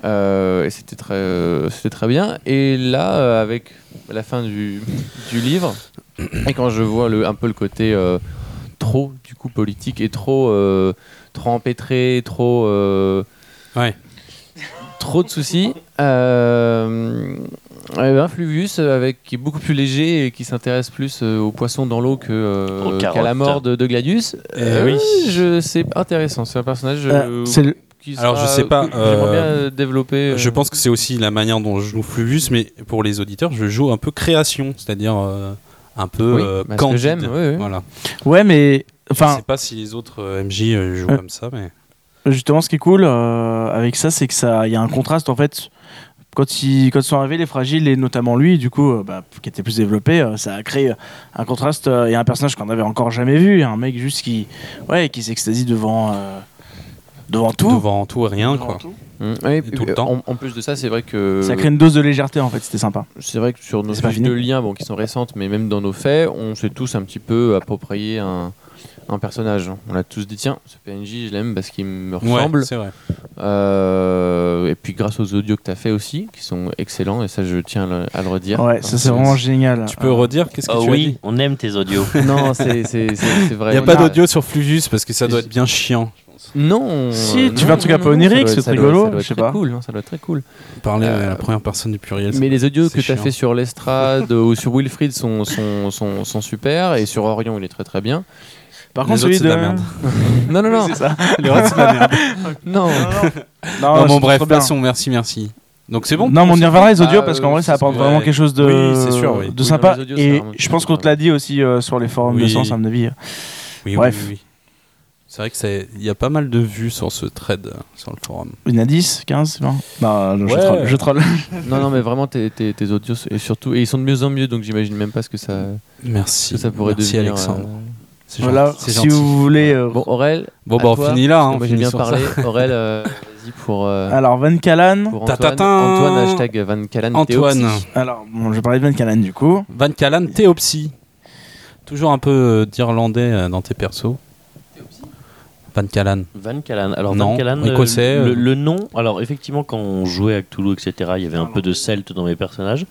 Euh, et c'était très, euh, c'était très bien. Et là, euh, avec la fin du, du livre, et quand je vois le, un peu le côté euh, trop du coup politique et trop, euh, trop empêtré, trop. euh, Ouais. Trop de soucis. Euh, eh ben, Fluvius, euh, avec, qui est beaucoup plus léger et qui s'intéresse plus euh, aux poissons dans l'eau que, euh, Aux qu'à la carottes. mort de, de Gladius. Eh Euh, oui. je- c'est intéressant. C'est un personnage euh, Euh, c'est le- qui Alors, sera- je sais pas, que- que J'aimerais bien euh, euh, développer. euh, Je pense que c'est aussi la manière dont je joue Fluvius, mais pour les auditeurs, je joue un peu création, c'est-à-dire euh, un peu Oui, euh, bah, ce que candide. j'aime, oui, oui. Voilà. Ouais, mais je enfin, sais pas si les autres euh, MJ euh, jouent Euh. comme ça, mais justement, ce qui est cool euh, avec ça, c'est que ça, il y a un contraste en fait. Quand ils, quand ils sont arrivés les fragiles et notamment lui, du coup, euh, bah, qui était plus développé, euh, ça a créé un contraste euh, et un personnage qu'on n'avait encore jamais vu, un mec juste qui, ouais, qui s'extasie devant, euh, devant tout. devant tout et rien, Devant quoi. tout. Mm. Oui, et puis, tout le euh, temps. En, en plus de ça, c'est vrai euh, que. Ça crée une dose de légèreté en fait, c'était sympa. C'est vrai que sur nos C'est pas fiches fini. de liens, bon, qui sont récentes, mais même dans nos faits, on s'est tous un petit peu approprié un, un personnage. On a tous dit tiens, ce PNJ, je l'aime parce qu'il me ressemble. Ouais, c'est vrai. Euh, et puis grâce aux audios que tu as fait aussi, qui sont excellents, et ça, je tiens le- à le redire. Ouais, ça c'est vraiment génial. Tu peux Euh, redire qu'est-ce que Oh tu as oui, dit on aime tes audios. (laughs) Non, c'est c'est- c'est- (laughs) c'est vrai. Il n'y a On pas d'audio sur Fluvius parce que ça doit Je- être bien chiant. Non. Si, euh, tu non, fais un truc non, un peu non, ça onirique, doit- c'est ça doit- rigolo, ça doit je être sais très pas. cool, hein, ça doit être très cool. Parler à Euh, la première personne du pluriel. Mais les audios c'est que tu as chiant. fait sur Lestrade ou sur Wilfried sont, sont, sont, sont super, et sur Orion, il est très (laughs) très bien. Par Les contre, autres, celui c'est de la (laughs) merde. Non, non, non, C'est ça. Le reste, c'est de la merde. (laughs) non. Non, non, Ah, c'est bon, trop bref, bien. passons, merci, merci. Donc c'est bon non, mais on y reviendra les audios Ah, parce qu'en euh, vrai, ça c'est- apporte ouais. vraiment quelque chose de, Oui, c'est sûr, oui. de Oui, sympa. dans les audios, c'est et vraiment- je pense qu'on te l'a dit aussi euh, sur les forums de Oui. sens, à mon avis. Oui, oui, Bref. oui, oui. C'est vrai que c'est- il y a pas mal de vues sur ce trade, euh, sur le forum. Une à 10, 15, 20 Bah, je Ouais. troll. Je troll. Non, non, mais vraiment, tes, tes, tes audios, et surtout, et ils sont de mieux en mieux, donc j'imagine même pas ce que ça, Merci. que ça pourrait merci devenir. Alexandre. euh, C'est voilà, gentil, c'est si gentil. vous voulez. euh, Bon, Aurel, Bon, à bah, on toi, finit là. parce Ah, hein, que moi on j'ai finit bien sur ça. parlé. Aurel, euh, vas-y pour, euh, Alors, Van Callan. pour Ta- ta- Antoine, ta- Antoine, hashtag Van Callen. Antoine, Théoxy. Alors, bon, je vais parler de Van Callan du coup. Van Callan, Théopsie. Toujours un peu euh, d'irlandais euh, dans tes persos. Van Callan. (laughs) Van Callan. Alors, Non, Van Callan, euh, écossais, euh. le, le nom. Alors, effectivement, quand on jouait à Cthulhu, etc., il y avait un peu de celte dans mes personnages.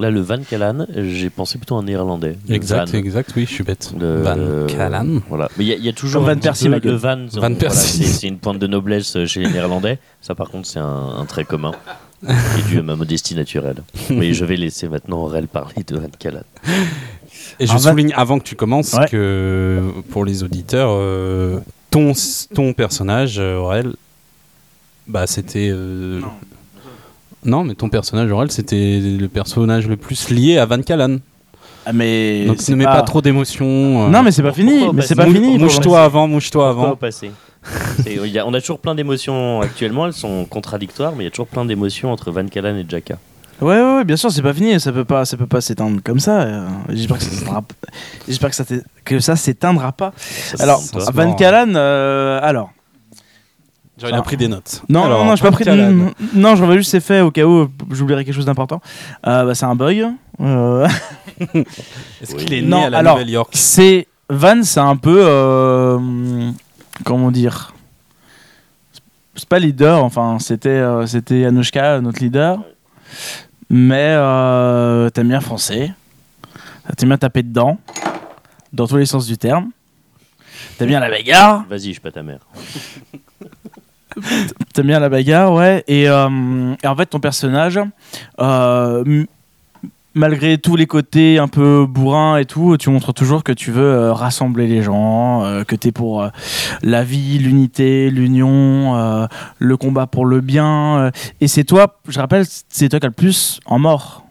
Là, le Van Callan, euh, j'ai pensé plutôt en néerlandais. Le Exact, Van. exact, oui, je suis bête. Le- Van Callan. Voilà. Mais il y, a- il y a toujours Comme Van un petit Persie, peu ma gueule. le Van. Van voilà, Persie. c'est- c'est une pointe de noblesse euh, chez les Néerlandais. Ça, par contre, c'est un, un trait commun. Et dû à ma modestie naturelle. Mais je vais laisser maintenant Aurel parler de Van Callan. Et je Alors, Van- souligne avant que tu commences Ouais. que pour les auditeurs, euh, ton, ton personnage, euh, Aurel, bah c'était. euh, Non. Non, mais ton personnage, Aurel, c'était le personnage le plus lié à Van Callan. Ah, mais. Donc c'est ne mets pas trop d'émotions. euh, Non, mais c'est pas fini. Pourquoi Mais pas- c'est pas mou- fini. Mouche-toi avant, mouche-toi Pourquoi avant. au passé C'est- il y a- On a toujours plein d'émotions actuellement. Elles sont contradictoires, mais il y a toujours plein d'émotions entre Van Callan et Jacka. Ouais, ouais, ouais, bien sûr, c'est pas fini, ça peut pas, ça peut pas s'éteindre comme ça. euh, J'espère que ça s'éteindra p- j'espère que ça t'é- que ça s'éteindra pas. Ça, Alors, c'est- ça se Van mord. Callan, euh, alors. Genre, il a pris des notes. Non, Alors, non, non, j'ai pas Van pris. Callan. Non, non, j'en vais juste ses faits au cas où euh, j'oublierai quelque chose d'important. Euh, bah, c'est un boy. euh, Est-ce Oui. qu'il est né Non, à la alors- Nouvelle-York c'est Van, c'est un peu euh, comment dire. C'est pas leader, enfin c'était euh, c'était Anushka notre leader, mais euh, t'aimes bien français, t'aimes bien taper dedans, dans tous les sens du terme, t'aimes bien la bagarre, Vas-y, je suis pas ta mère. T'aimes bien la bagarre, ouais. Et, euh, et en fait, ton personnage, euh, m- malgré tous les côtés un peu bourrin et tout, tu montres toujours que tu veux euh, rassembler les gens, euh, que t'es pour euh, la vie, l'unité, l'union, euh, le combat pour le bien. euh. et c'est toi, je rappelle, c'est toi qui as le plus en mort.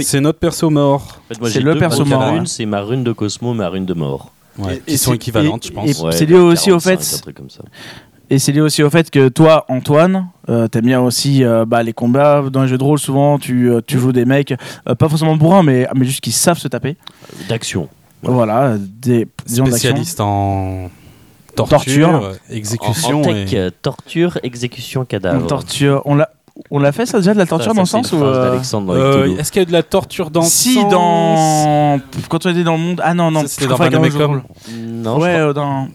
C'est notre perso mort. En fait, moi, C'est j'ai le deux perso grosses mort, runes, ouais. C'est ma rune de Cosmo, ma rune de mort. Ouais, Et- qui et sont c'est- équivalentes, et- je pense. et- C'est lié aussi au fait- 45, un truc comme ça. Et c'est lié aussi au fait que toi, Antoine, euh, t'aimes bien aussi euh, bah, les combats. Dans les jeux de rôle, souvent, tu, euh, tu joues des mecs, euh, pas forcément bourrins, mais, mais juste qui savent se taper. D'action. Voilà, des, des gens d'action. Spécialiste en torture, Torture. euh, En, exécution. en tech, et- euh, torture, exécution, Une cadavre. torture. On l'a, on l'a fait ça déjà de la torture Ça, ça, dans le c'est une sens où. phrase euh, d'Alexandre dans Euh, Cthulhu. Est-ce qu'il y a eu de la torture dans le si sens dans quand on était dans le monde ah non non Ça, c'était je dans confonds avec Van un jeu de Amecum. rôle. Non, je ouais crois- euh, dans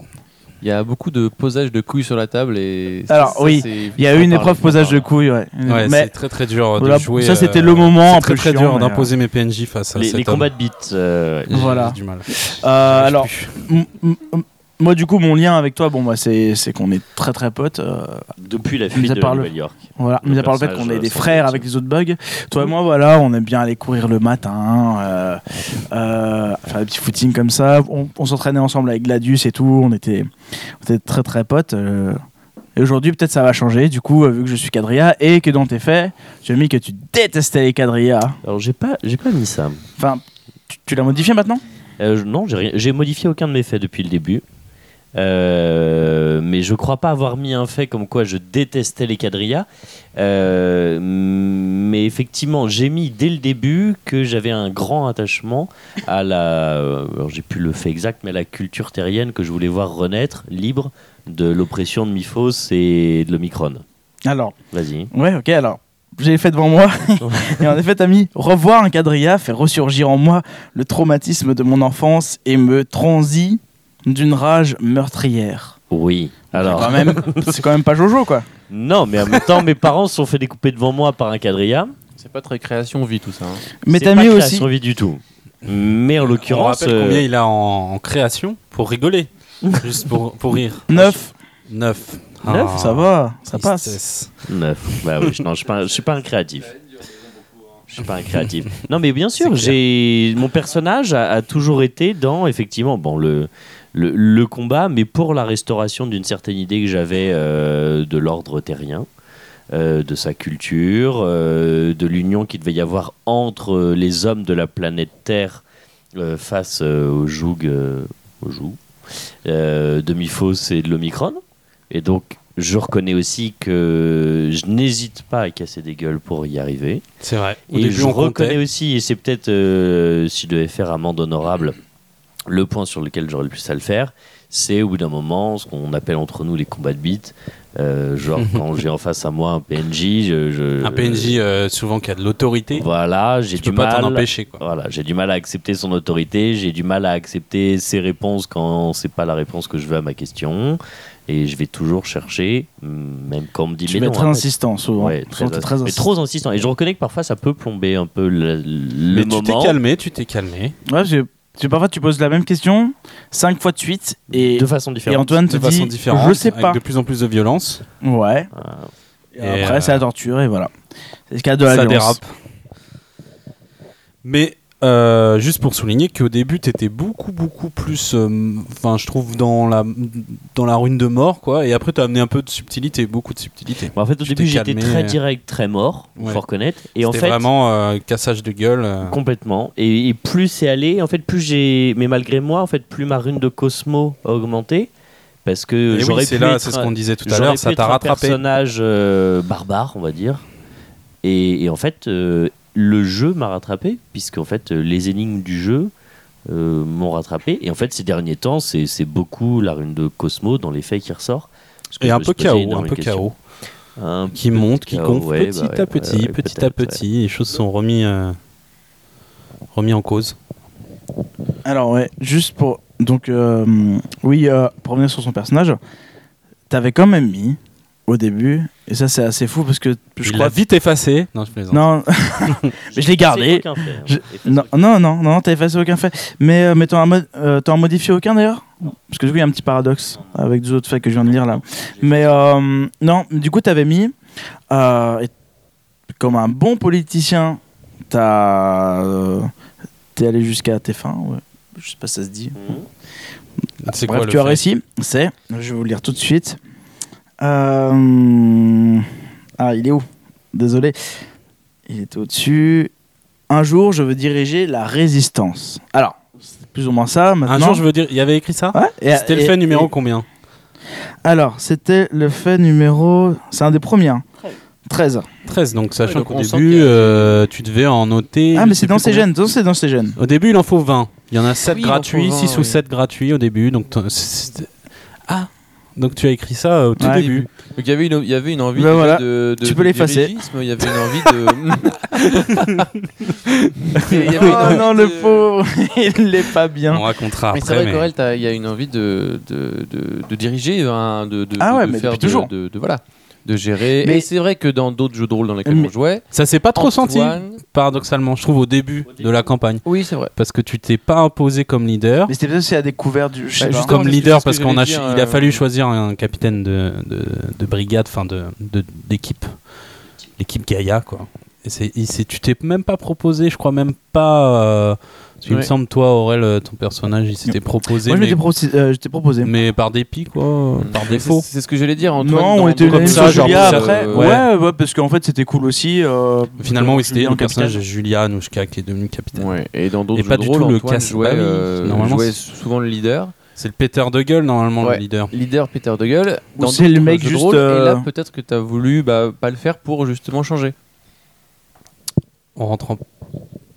Il y a beaucoup de posage de couilles sur la table et. Alors, oui, c'est- il y a faut eu une en épreuve parler, posage faut en de couilles ouais, Ouais, c'est mais euh, très très dur de voilà, jouer. ça euh, c'était le moment un C'est peu très très chiant, dur mais, euh, d'imposer mes PNJ face à les, cet les homme. combats de beats. euh, J'ai- Voilà. j'ai du mal. euh, alors J'arrive plus. m- m- m- moi du coup mon lien avec toi bon bah c'est c'est qu'on est très très potes euh, depuis la fuite à de part le- Nouvelle-York. Voilà, Le mis à part le fait personnage, qu'on est euh, des sans frères doute. Mm. avec les autres bugs, toi et moi, voilà, on aime bien aller courir le matin, euh, euh, faire des petits footings comme ça. On, on s'entraînait ensemble avec Gladius et tout, on était, on était très très potes. euh. Et aujourd'hui, peut-être ça va changer, du coup, euh, vu que je suis quadrilla et que dans tes faits, tu as mis que tu détestais les quadrillas. Alors, j'ai pas, j'ai pas mis ça. Enfin, tu, tu l'as modifié maintenant Euh, je- non, j'ai rien- j'ai modifié aucun de mes faits depuis le début. Euh, mais je crois pas avoir mis un fait comme quoi je détestais les quadrillas. Euh, mais effectivement, j'ai mis dès le début que j'avais un grand attachement à la. euh, alors, j'ai plus le fait exact, mais à la culture terrienne que je voulais voir renaître, libre de l'oppression de Miphos et de l'Omicron. Alors, Vas-y. ouais, ok, alors. J'ai fait devant moi. et en effet, Tami, revoir un quadrilla fait ressurgir en moi le traumatisme de mon enfance et me transit d'une rage meurtrière. Oui. C'est Alors. quand même, c'est quand même pas Jojo, quoi. Non, mais en même temps, mes parents se sont fait découper devant moi par un quadrilla. parler. C'est pas très création vie tout ça. hein. Mais C'est pas Tami que la aussi. survie du tout. Mais en On l'occurrence, rappelle euh, combien il a en, en création pour rigoler. Juste pour, pour rire. Ah, 9. 9. 9, Ah. ça va, ça passe. neuf. Bah oui, je- non, je suis pas, je suis pas un créatif. Je suis pas un créatif. Non, mais bien sûr, C'est clair. j'ai mon personnage a, a toujours été dans effectivement bon le. Le, le combat, mais pour la restauration d'une certaine idée que j'avais euh, de l'ordre terrien, euh, de sa culture, euh, de l'union qu'il devait y avoir entre les hommes de la planète Terre euh, face euh, au joug, euh, au joug euh, de Miphos et de l'Omicron. Et donc, je reconnais aussi que je n'hésite pas à casser des gueules pour y arriver. C'est vrai. Au et début, je on reconnais comptait. aussi, et c'est peut-être, euh, si je devais faire amende honorable, le point sur lequel j'aurais le plus à le faire, c'est au bout d'un moment, ce qu'on appelle entre nous les combats de bites. (laughs) Euh, genre, quand j'ai en face à moi un PNJ, je. je- Un PNJ euh, souvent qui a de l'autorité. Voilà, j'ai Tu peux du pas t'en mal. empêcher. Quoi. Voilà, j'ai du mal à accepter son autorité, j'ai du mal à accepter ses réponses quand c'est pas la réponse que je veux à ma question, et je vais toujours chercher, hum, même quand on me dit Tu mais mets non. très arrête. insistant souvent. Ouais, Souvent, très t'es ins- très mais insistant. trop insistant. Et je reconnais que parfois ça peut plomber un peu le, le Mais tu t'es moment. calmé, tu t'es calmé. Ouais, j'ai- parce que parfois tu poses la même question 5 fois de suite et, de façon et différente. Antoine te De façon dit différente. Je sais avec pas. de plus en plus de violence. Ouais. Ah. Et Et après, euh, c'est la torture et voilà. C'est le cas de la ça violence. dérape. Mais euh, juste pour souligner qu'au début, t'étais beaucoup, beaucoup plus, euh, enfin, je trouve, dans la, dans la rune de mort, quoi. Et après, t'as amené un peu de subtilité, beaucoup de subtilité. Bon, en fait, au Tu début, t'es j'étais calmé. euh. très direct, très mort, Ouais. faut reconnaître. Et en C'était fait, vraiment euh, cassage de gueule. euh. Complètement. Et, et plus c'est allé, en fait, plus j'ai. Mais malgré moi, en fait, plus ma rune de Cosmo a augmenté. Parce Et que oui, j'aurais pu. c'est là, être c'est ce qu'on disait tout à j'aurais l'heure, pu ça être t'a Un rattrapé. personnage euh, barbare, on va dire. Et, et en fait, euh, le jeu m'a rattrapé, puisque en fait, euh, les énigmes du jeu euh, m'ont rattrapé. Et en fait, ces derniers temps, c'est c'est beaucoup la rune de Cosmo dans les faits qui ressort. Parce que Et je un me peu suis posé chaos, un énormément de peu questions. Hein. chaos, Un qui peu monte, qui chaos, gonfle ouais, petit bah ouais, à petit, ouais, ouais, petit à peut-être, ouais. petit, les choses sont remises, euh, remises en cause. Alors ouais, juste pour donc euh, oui, euh, pour revenir sur son personnage, t'avais quand même mis au début et ça c'est assez fou parce que je Je crois l'ai vite effacé. Non, je plaisante. non Mais je l'ai gardé. Aucun fait, hein. Je- Et (laughs) non non non non t'as effacé aucun fait mais euh, mais t'en as mod- euh, t'en as modifié aucun d'ailleurs parce que du coup il y a un petit paradoxe avec deux autres faits que je viens de lire là mais euh, non du coup t'avais mis euh, et comme un bon politicien t'as euh, t'es allé jusqu'à tes fins ouais. je sais pas si ça se dit C'est Bref, quoi le tu as fait réussi. C'est, je vais vous le lire tout de suite. Euh, Ah, il est où Désolé. Il est au-dessus. Un jour, je veux diriger la résistance. Alors, C'est plus ou moins ça. Maintenant. Un jour, je veux dire, il y avait écrit ça Ouais, et- Ah C'était le et- fait numéro et- combien Alors, c'était le fait numéro. C'est un des premiers. hein. 13. 13, donc sachant donc qu'au on sent début, qu'il y a- euh, tu devais en noter. Ah, je mais sais c'est dans plus ces combien. jeunes. dans ces- Dans ces jeunes. Au début, il en faut 20. Il y en a 7 Oui, il en gratuits, faut 20, 6 ou oui. 7 gratuits au début. Donc t'en- c'est- Ah Donc tu as écrit ça euh, au tout Ouais. début. Donc il y avait une, il y avait une envie Ben déjà voilà, de, de- tu peux de l'effacer. dirigisme, Il y avait une envie (laughs) de. Il y Oh (laughs) avait une envie non, de- le pauvre, (laughs) il l'est pas bien. On racontera Mais c'est après. vrai, mais- Corel, t'as- il y a une envie de, de, de, de diriger, hein, de, de, Ah de- ouais, de mais faire depuis de- toujours. de- de- voilà, de gérer. Mais- Et c'est vrai que dans d'autres jeux de rôle dans lesquels Mais- on jouait, Ça s'est pas trop senti, Antoine- paradoxalement, je trouve, au début de la campagne. Oui, c'est vrai. Parce que tu t'es pas imposé comme leader. Mais c'était peut-être aussi à découvert du. Je sais Bah, pas. juste comme Non, c'est leader ce que parce qu'on a, j'allais dire, il a euh, fallu choisir un capitaine de, de, de brigade, enfin de de- d'équipe, l'équipe Gaïa quoi. Et c'est, il s'est- tu t'es même pas proposé, je crois même pas. euh, parce qu'il me Ouais. semble toi Aurel, euh, ton personnage, il s'était proposé, Moi, je mais, m'étais pro- euh, je t'ai proposé. mais par dépit quoi, par Mais défaut. Euh, C'est c'est ce que j'allais dire, Non, Antoine. dans- on dans- était comme comme ça, ça, genre, Julia ça- après. euh, ouais. ouais. ouais, parce qu'en fait, c'était cool aussi. euh, Finalement, oui, c'était Julia le en capitaine. personnage de Julia Anushka qui est devenu capitaine. Ouais, et dans Et d'autres jeux pas de du rôle, tout le Antoine casse- jouait, bah oui, euh, normalement, jouait c'est- souvent le leader, C'est le péteur de gueule normalement le Ouais. leader. leader Peter de Gueule. Ou c'est le mec juste, Et euh, là, peut-être que t'as voulu bah, pas le faire pour justement changer. On rentre en-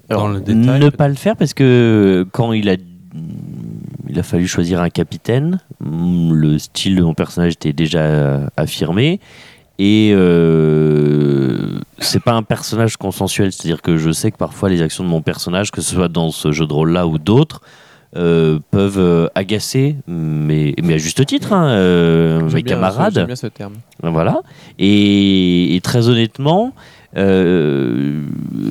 Alors, dans le détail. ne peut-être. pas le faire parce que quand il a il a fallu choisir un capitaine, mm, le style de mon personnage était déjà euh, affirmé et euh, c'est pas un personnage consensuel, c'est-à-dire que je sais que parfois les actions de mon personnage, que ce soit dans ce jeu de rôle-là ou d'autres, euh, peuvent euh, agacer, mais, mais à juste titre, hein, euh, J'aime mes bien ce- camarades. J'aime bien ce terme. Voilà. Et, et très honnêtement, euh,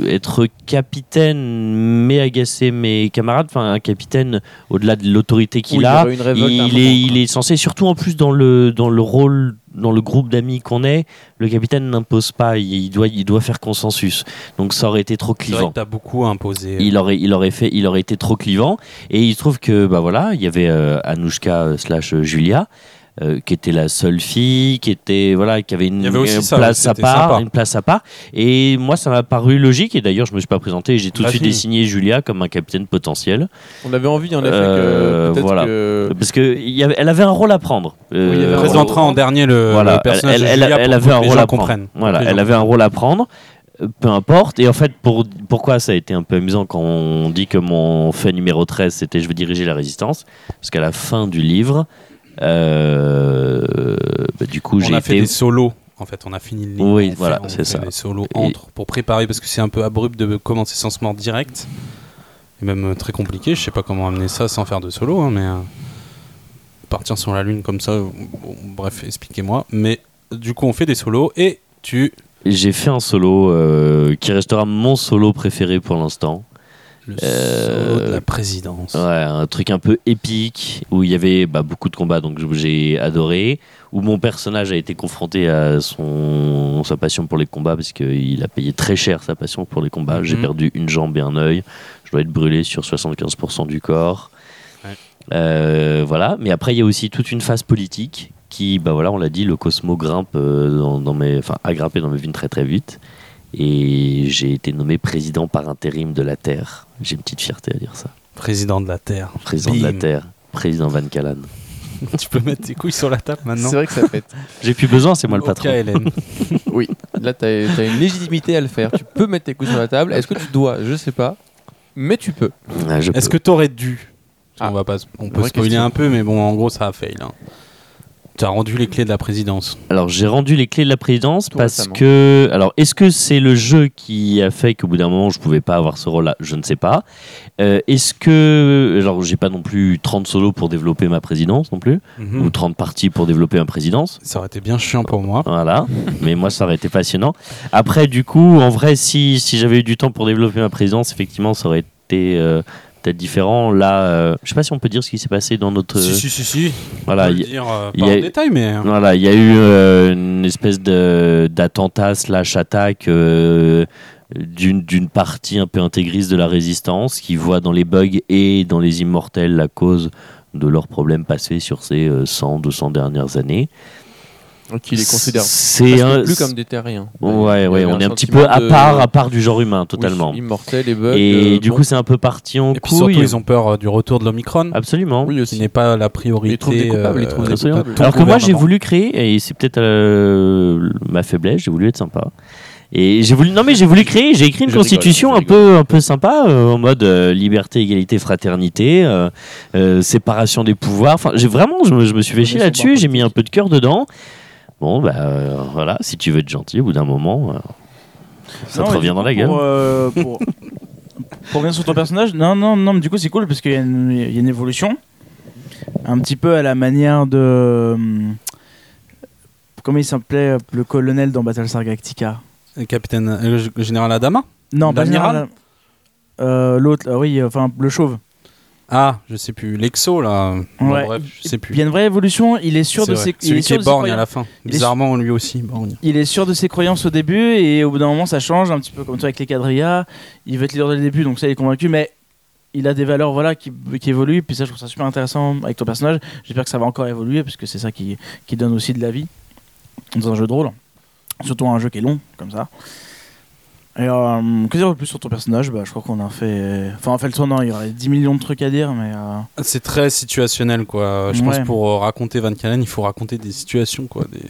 être capitaine mais agacer mes camarades, enfin un capitaine au-delà de l'autorité Où qu'il il y a, aurait une il, révolte hein, à un moment, est, quoi. il est censé, surtout en plus dans le, dans le rôle, dans le groupe d'amis qu'on est, le capitaine n'impose pas, il, il doit, il doit faire consensus. Donc ça aurait été trop C'est vrai clivant que t'as beaucoup imposé. il aurait, il aurait fait, il aurait été trop clivant. Et il se trouve que, bah voilà, il y avait euh, Anoushka euh, slash euh, Julia. euh, qui était la seule fille, qui était voilà, qui avait une, Il y avait aussi une ça, place à c'était part, sympa. une place à part. Et moi, ça m'a paru logique. Et d'ailleurs, je me suis pas présenté. J'ai tout de Bah, suite si. dessiné Julia comme un capitaine potentiel, On avait envie, en effet, Euh, que peut-être voilà. que... parce que il y avait- elle avait un rôle à prendre. Euh, Oui, il y on- avait un rôle à prendre. présentera en dernier le, Voilà, le personnage elle- Euh, de elle- Julia elle pour avait que un les rôle gens à prendre. comprennent. Voilà, Les gens elle avait un rôle à prendre, euh, peu importe. Et en fait, pour, pourquoi ça a été un peu amusant quand on dit que mon fait numéro 13, c'était Je veux diriger la résistance Parce qu'à la fin du livre, euh, bah, du coup, on j'ai a fait été. des solos. En fait, on a fini le livre. Oui, On fait- voilà, on c'est fait ça. Des solos Et- entre pour préparer parce que c'est un peu abrupt de commencer sans se mordre direct et même euh, très compliqué. Je sais pas comment amener ça sans faire de solo, hein, mais euh, partir sur la lune comme ça. euh, bon, bref, expliquez-moi. Mais du coup, on fait des solos et tu J'ai fait un solo euh, qui restera mon solo préféré pour l'instant. le Euh, solo de la présidence. Ouais, un truc un peu épique où il y avait bah, beaucoup de combats, donc j'ai adoré. Où mon personnage a été confronté à son, sa passion pour les combats parce qu'il a payé très cher sa passion pour les combats. J'ai Mhm. perdu une jambe et un œil. Je dois être brûlé sur 75% du corps. Ouais. Euh, voilà. Mais après, il y a aussi toute une phase politique qui, bah voilà, on l'a dit, le Cosmo grimpe euh, dans, dans mes, enfin, a grimpé dans mes vignes très très vite. Et j'ai été nommé président par intérim de la Terre. J'ai une petite fierté à dire ça. Président de la Terre. (laughs) Président de la Bim. Terre, président Van Callan. tu peux mettre tes couilles sur la table maintenant. C'est vrai que ça pète. J'ai plus besoin, c'est moi le Au patron. KLM. Oui, là, tu as, une légitimité à le faire. Tu peux mettre tes coups sur la table. Est-ce que tu dois Je sais pas. Mais tu peux. Ah, je Est-ce peux. que t'aurais dû Ah. On va pas, on peut Vraie spoiler question. un peu, mais bon, en gros, ça a fail. hein. Tu as rendu les clés de la présidence. Alors j'ai rendu les clés de la présidence Tout parce récemment. que... Alors est-ce que c'est le jeu qui a fait qu'au bout d'un moment je pouvais pas avoir ce rôle-là Je ne sais pas. Euh, est-ce que... Alors j'ai pas non plus 30 solos pour développer ma présidence non plus, Hmm. Mhm. ou 30 parties pour développer ma présidence. Ça aurait été bien chiant pour moi. Voilà, mais moi ça aurait été passionnant. Après, du coup, en vrai, si, si j'avais eu du temps pour développer ma présidence, effectivement, ça aurait été euh, peut-être différent. Là, euh, je sais pas si on peut dire ce qui s'est passé dans notre. Si, si, si, si. Voilà, on peut il le Bah, y- dire euh, il pas y a- en détail, mais. Voilà, il y a eu euh, une espèce de- d'attentat slash attaque euh, d'une d'une partie un peu intégriste de la résistance qui voit dans les bugs et dans les immortels euh, la cause de leurs problèmes passés sur ces 100-200 dernières années. qui les considèrent C'est un- plus comme des terriens. Ouais, ouais, on est un petit peu à part, à part du genre humain, totalement. Immortel et bug. euh, Et du coup, c'est un peu parti en Et puis surtout, couille. ils ont peur euh, du retour de l'Omicron, Absolument. oui qui aussi. n'est pas la Ils trouvent priorité. euh, des coupables, ils trouvent des Absolument. coupables. tout Alors le que moi, j'ai gouvernement. voulu créer, et c'est peut-être euh, ma faiblesse, j'ai voulu être sympa. Et j'ai voulu, non mais j'ai voulu créer, j'ai écrit une Je rigole, constitution je un peu, un peu sympa, euh, en mode euh, liberté, égalité, fraternité, euh, euh, séparation des pouvoirs. Enfin, j'ai vraiment, je me, je me suis fait chier sont là-dessus, pas j'ai mis un peu de cœur dedans. Bon, bah euh, voilà, si tu veux être gentil, au bout d'un moment, euh, ça Non, te mais revient du dans coup, la gueule. Pour, euh, (laughs) pour- pour revenir sur ton personnage, non, non, non, mais du coup, c'est cool parce qu'il y, a une- il y a une évolution. Un petit peu à la manière de. euh, Comment il s'appelait euh, le colonel dans Battlestar Galactica Le Capitaine, euh, le g- le général Adama Non, pas L'amiral général. Euh, L'autre, ah oui, euh, enfin, le chauve. Ah, je sais plus. L'Exo, là. Bon, Ouais. bref, je sais plus. Il y a une vraie évolution, il est sûr C'est de vrai. ses. il Celui est qui sûr est de ses borgne à croyances. la fin. est- Bizarrement, lui aussi, borgne. Il est sûr de ses croyances au début et au bout d'un moment ça change un petit peu comme toi avec les quadrillas. Il veut être leader dès le début donc ça il est convaincu mais il a des valeurs voilà qui, qui évoluent puis ça je trouve ça super intéressant avec ton personnage. J'espère que ça va encore évoluer parce que c'est ça qui, qui donne aussi de la vie dans un jeu de rôle. Surtout un jeu qui est long comme ça. Et euh, que dire de plus sur ton personnage bah, Je crois qu'on a fait... Enfin on a fait le tour, non, il y aurait 10 millions de trucs à dire mais... euh, C'est très situationnel, quoi. Je pense Ouais. pour euh, raconter Van Calen, il faut raconter des situations, quoi. Des,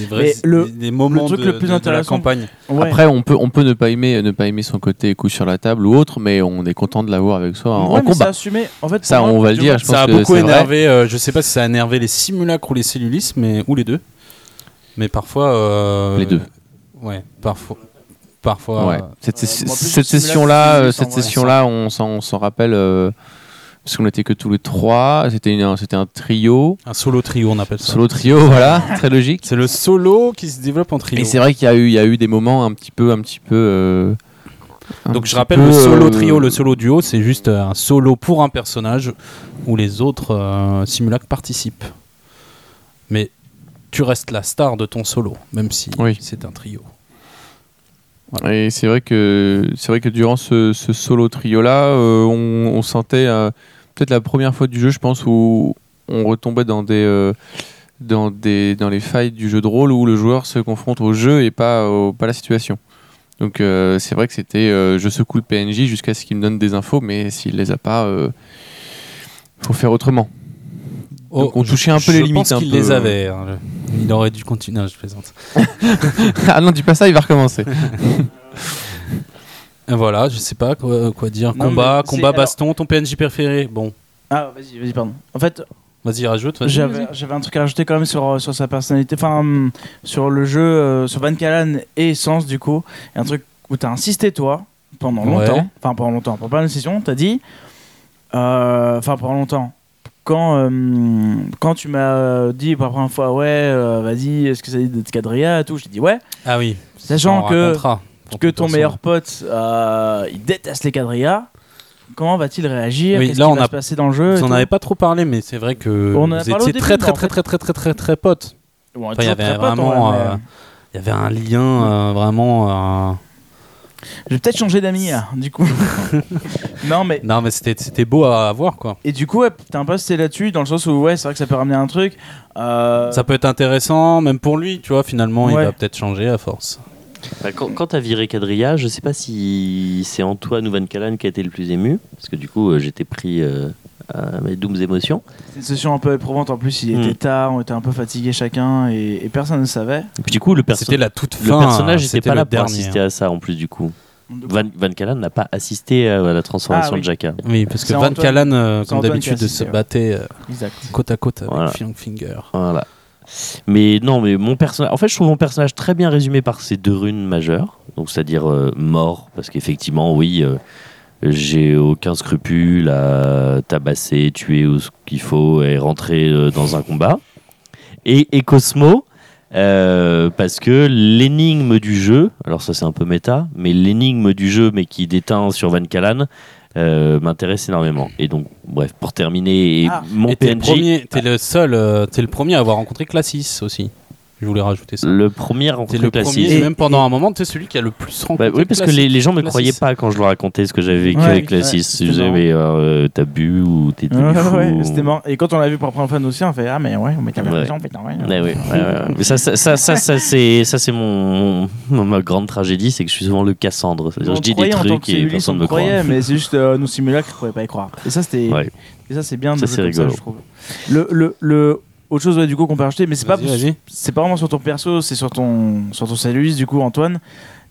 des vrais Mais le- des, des moments le truc de, le plus de- de la intéressant- campagne. ouais. Après, on peut, on peut ne, pas aimer, ne pas aimer son côté coup sur la table ou autre, mais on est content de l'avoir avec soi en, Ouais, en mais c'est combat. assumé. En fait, Ça, pour moi, on va le tu dire. vois, Je pense Ça a que beaucoup c'est vrai. énervé, euh, je sais pas si ça a énervé les simulacres ou les cellulistes, mais, ou les deux. Mais parfois. euh, Les deux. Ouais, parfois. Parfois. Ouais. euh, Cette, Euh, cette- moi, plus, cette je me session-là, laisse, euh, je cette sens, ouais. session-là, on s'en on s'en rappelle euh, parce qu'on était que tous les trois. C'était une- un- c'était un trio, un solo trio, on appelle ça. solo trio, voilà, très logique. C'est le solo qui se développe en trio. Et c'est vrai qu'il y a eu, il y a eu des moments un petit peu, un petit peu. euh, un Donc je petit rappelle peu, le solo euh, trio, le solo duo, c'est juste euh, un solo pour un personnage où les autres euh, simulacres participent. Mais tu restes la star de ton solo, même si Oui. c'est un trio. Et c'est vrai que c'est vrai que durant ce, ce solo trio là, on, on sentait euh, peut-être la première fois du jeu, je pense, où on retombait dans des euh, dans des dans les failles du jeu de rôle où le joueur se confronte au jeu et pas au, pas à la situation. Donc euh, c'est vrai que c'était euh, je secoue le PNJ jusqu'à ce qu'il me donne des infos, mais s'il les a pas, euh, faut faire autrement. (laughs) Donc on touchait un peu Oh, je les limites. pense un qu'il peu. les avait. hein, le- Il aurait dû continuer. Non, je plaisante. ah non, dis pas ça, il va recommencer. Et voilà, je sais pas quoi, quoi dire. Non, combat, mais c'est- combat, alors- baston, ton PNJ préféré. Bon, Ah vas-y, vas-y, pardon. En fait, vas-y, rajoute. vas-y. J'avais j'avais un truc à rajouter quand même sur, euh, sur sa personnalité, enfin hum, sur le jeu, euh, sur Van Callan et Essence du coup. Et un truc où t'as insisté toi pendant Ouais. longtemps, enfin pendant longtemps, pendant pas une session, t'as dit, euh, enfin pendant longtemps, quand, euh, quand tu m'as euh, dit pour la première fois, ouais, euh, vas-y, est-ce que ça dit d'être quadrilla et tout, j'ai dit ouais, Ah oui. sachant on que, racontera pour que toute ton personne. meilleur pote, euh, il déteste les quadrillas, comment va-t-il réagir Oui, Qu'est-ce là, qui on va a- se passer dans le jeu et Vous en tout avez pas trop parlé, mais c'est vrai que On en a vous parlé au étiez début, très, mais très, en très, très, très, très, très, très potes. Bon, on est Enfin, il y toujours avait très potes, vraiment, ouais, mais- euh, il y avait un lien euh, vraiment. euh, Je vais peut-être changer d'amis, hein, du (laughs) coup. non, mais. Non, mais c'était c'était beau à, à voir quoi. Et du coup, ouais, t'as un peu c'est là-dessus, dans le sens où, ouais, c'est vrai que ça peut ramener un truc. Euh, Ça peut être intéressant, même pour lui, tu vois. Finalement, il Ouais. va peut-être changer à force. Bah, quand quand t'as viré Quadrilla, je sais pas si c'est Antoine ou Van Callan qui a été le plus ému, parce que du coup, euh, j'étais pris euh, à mes doubles émotions. C'est une session un peu éprouvante, en plus, il Mm. était tard, on était un peu fatigués chacun, et, et personne ne savait. Et puis du coup, le, perso- C'était la toute fin. le hein, personnage n'était pas le là pour dernier. assister à ça, en plus, du coup. Donc, Van, Van Callan n'a pas assisté euh, à la transformation Ah, oui. de Jacka. hein. Oui, parce que C'est Van Antoine- Callan, euh, c'est comme Antoine qui a d'habitude, hein. se assisté, ouais. battait euh, Exact. côte à côte avec Voilà. Fiang Finger. Voilà. Mais non, mais mon personnage. En fait, je trouve mon personnage très bien résumé par ces deux runes majeures. Donc, c'est-à-dire euh, mort, parce qu'effectivement, oui, euh, j'ai aucun scrupule à tabasser, tuer ou ce qu'il faut et rentrer euh, dans un combat. Et, et Cosmo, euh, parce que l'énigme du jeu, alors ça c'est un peu méta, mais l'énigme du jeu, mais qui déteint sur Van Callan, euh, m'intéresse énormément. Et donc, bref, pour terminer, et Ah, mon Et t'es le PNJ. premier, t'es le seul, euh, t'es le premier à avoir rencontré Classis aussi. Je voulais rajouter ça. Le premier T'es rencontre le premier, classiste. et même pendant un moment, t'es celui qui a le plus Bah rencontré. oui, parce que classiste. les, les gens me Classis. croyaient pas quand je leur racontais ce que j'avais vécu Ouais, avec ouais, la 6. c'était Ils disaient, marrant. mais euh, t'as bu ou t'es devenu Ouais, fou ouais, ou- c'était marrant. Et quand on l'a vu pour la première fois nous aussi, on fait Ah, mais ouais, on met Ouais. raison, putain, ouais. Eh Ouais, ouais, ouais, ouais. Mais ça, ça, ça, ça, ça, c'est, ça, c'est mon, mon- ma grande tragédie, c'est que je suis souvent le Cassandre. C'est-à-dire, On je dis des croyait en tant que trucs et civiliste, personne on ne me croit. croyait, mais c'est juste euh, nos simulacres qui ne pouvaient pas y croire. Et ça, c'était. Ouais. Et ça, c'est bien de Ça, jouer c'est comme rigolo. je trouve. Le, le, le- Autre chose, ouais, du coup, qu'on peut acheter, mais c'est pas, Vas-y, vas-y. c'est pas vraiment sur ton perso, c'est sur ton, sur ton cellulite, du coup, Antoine.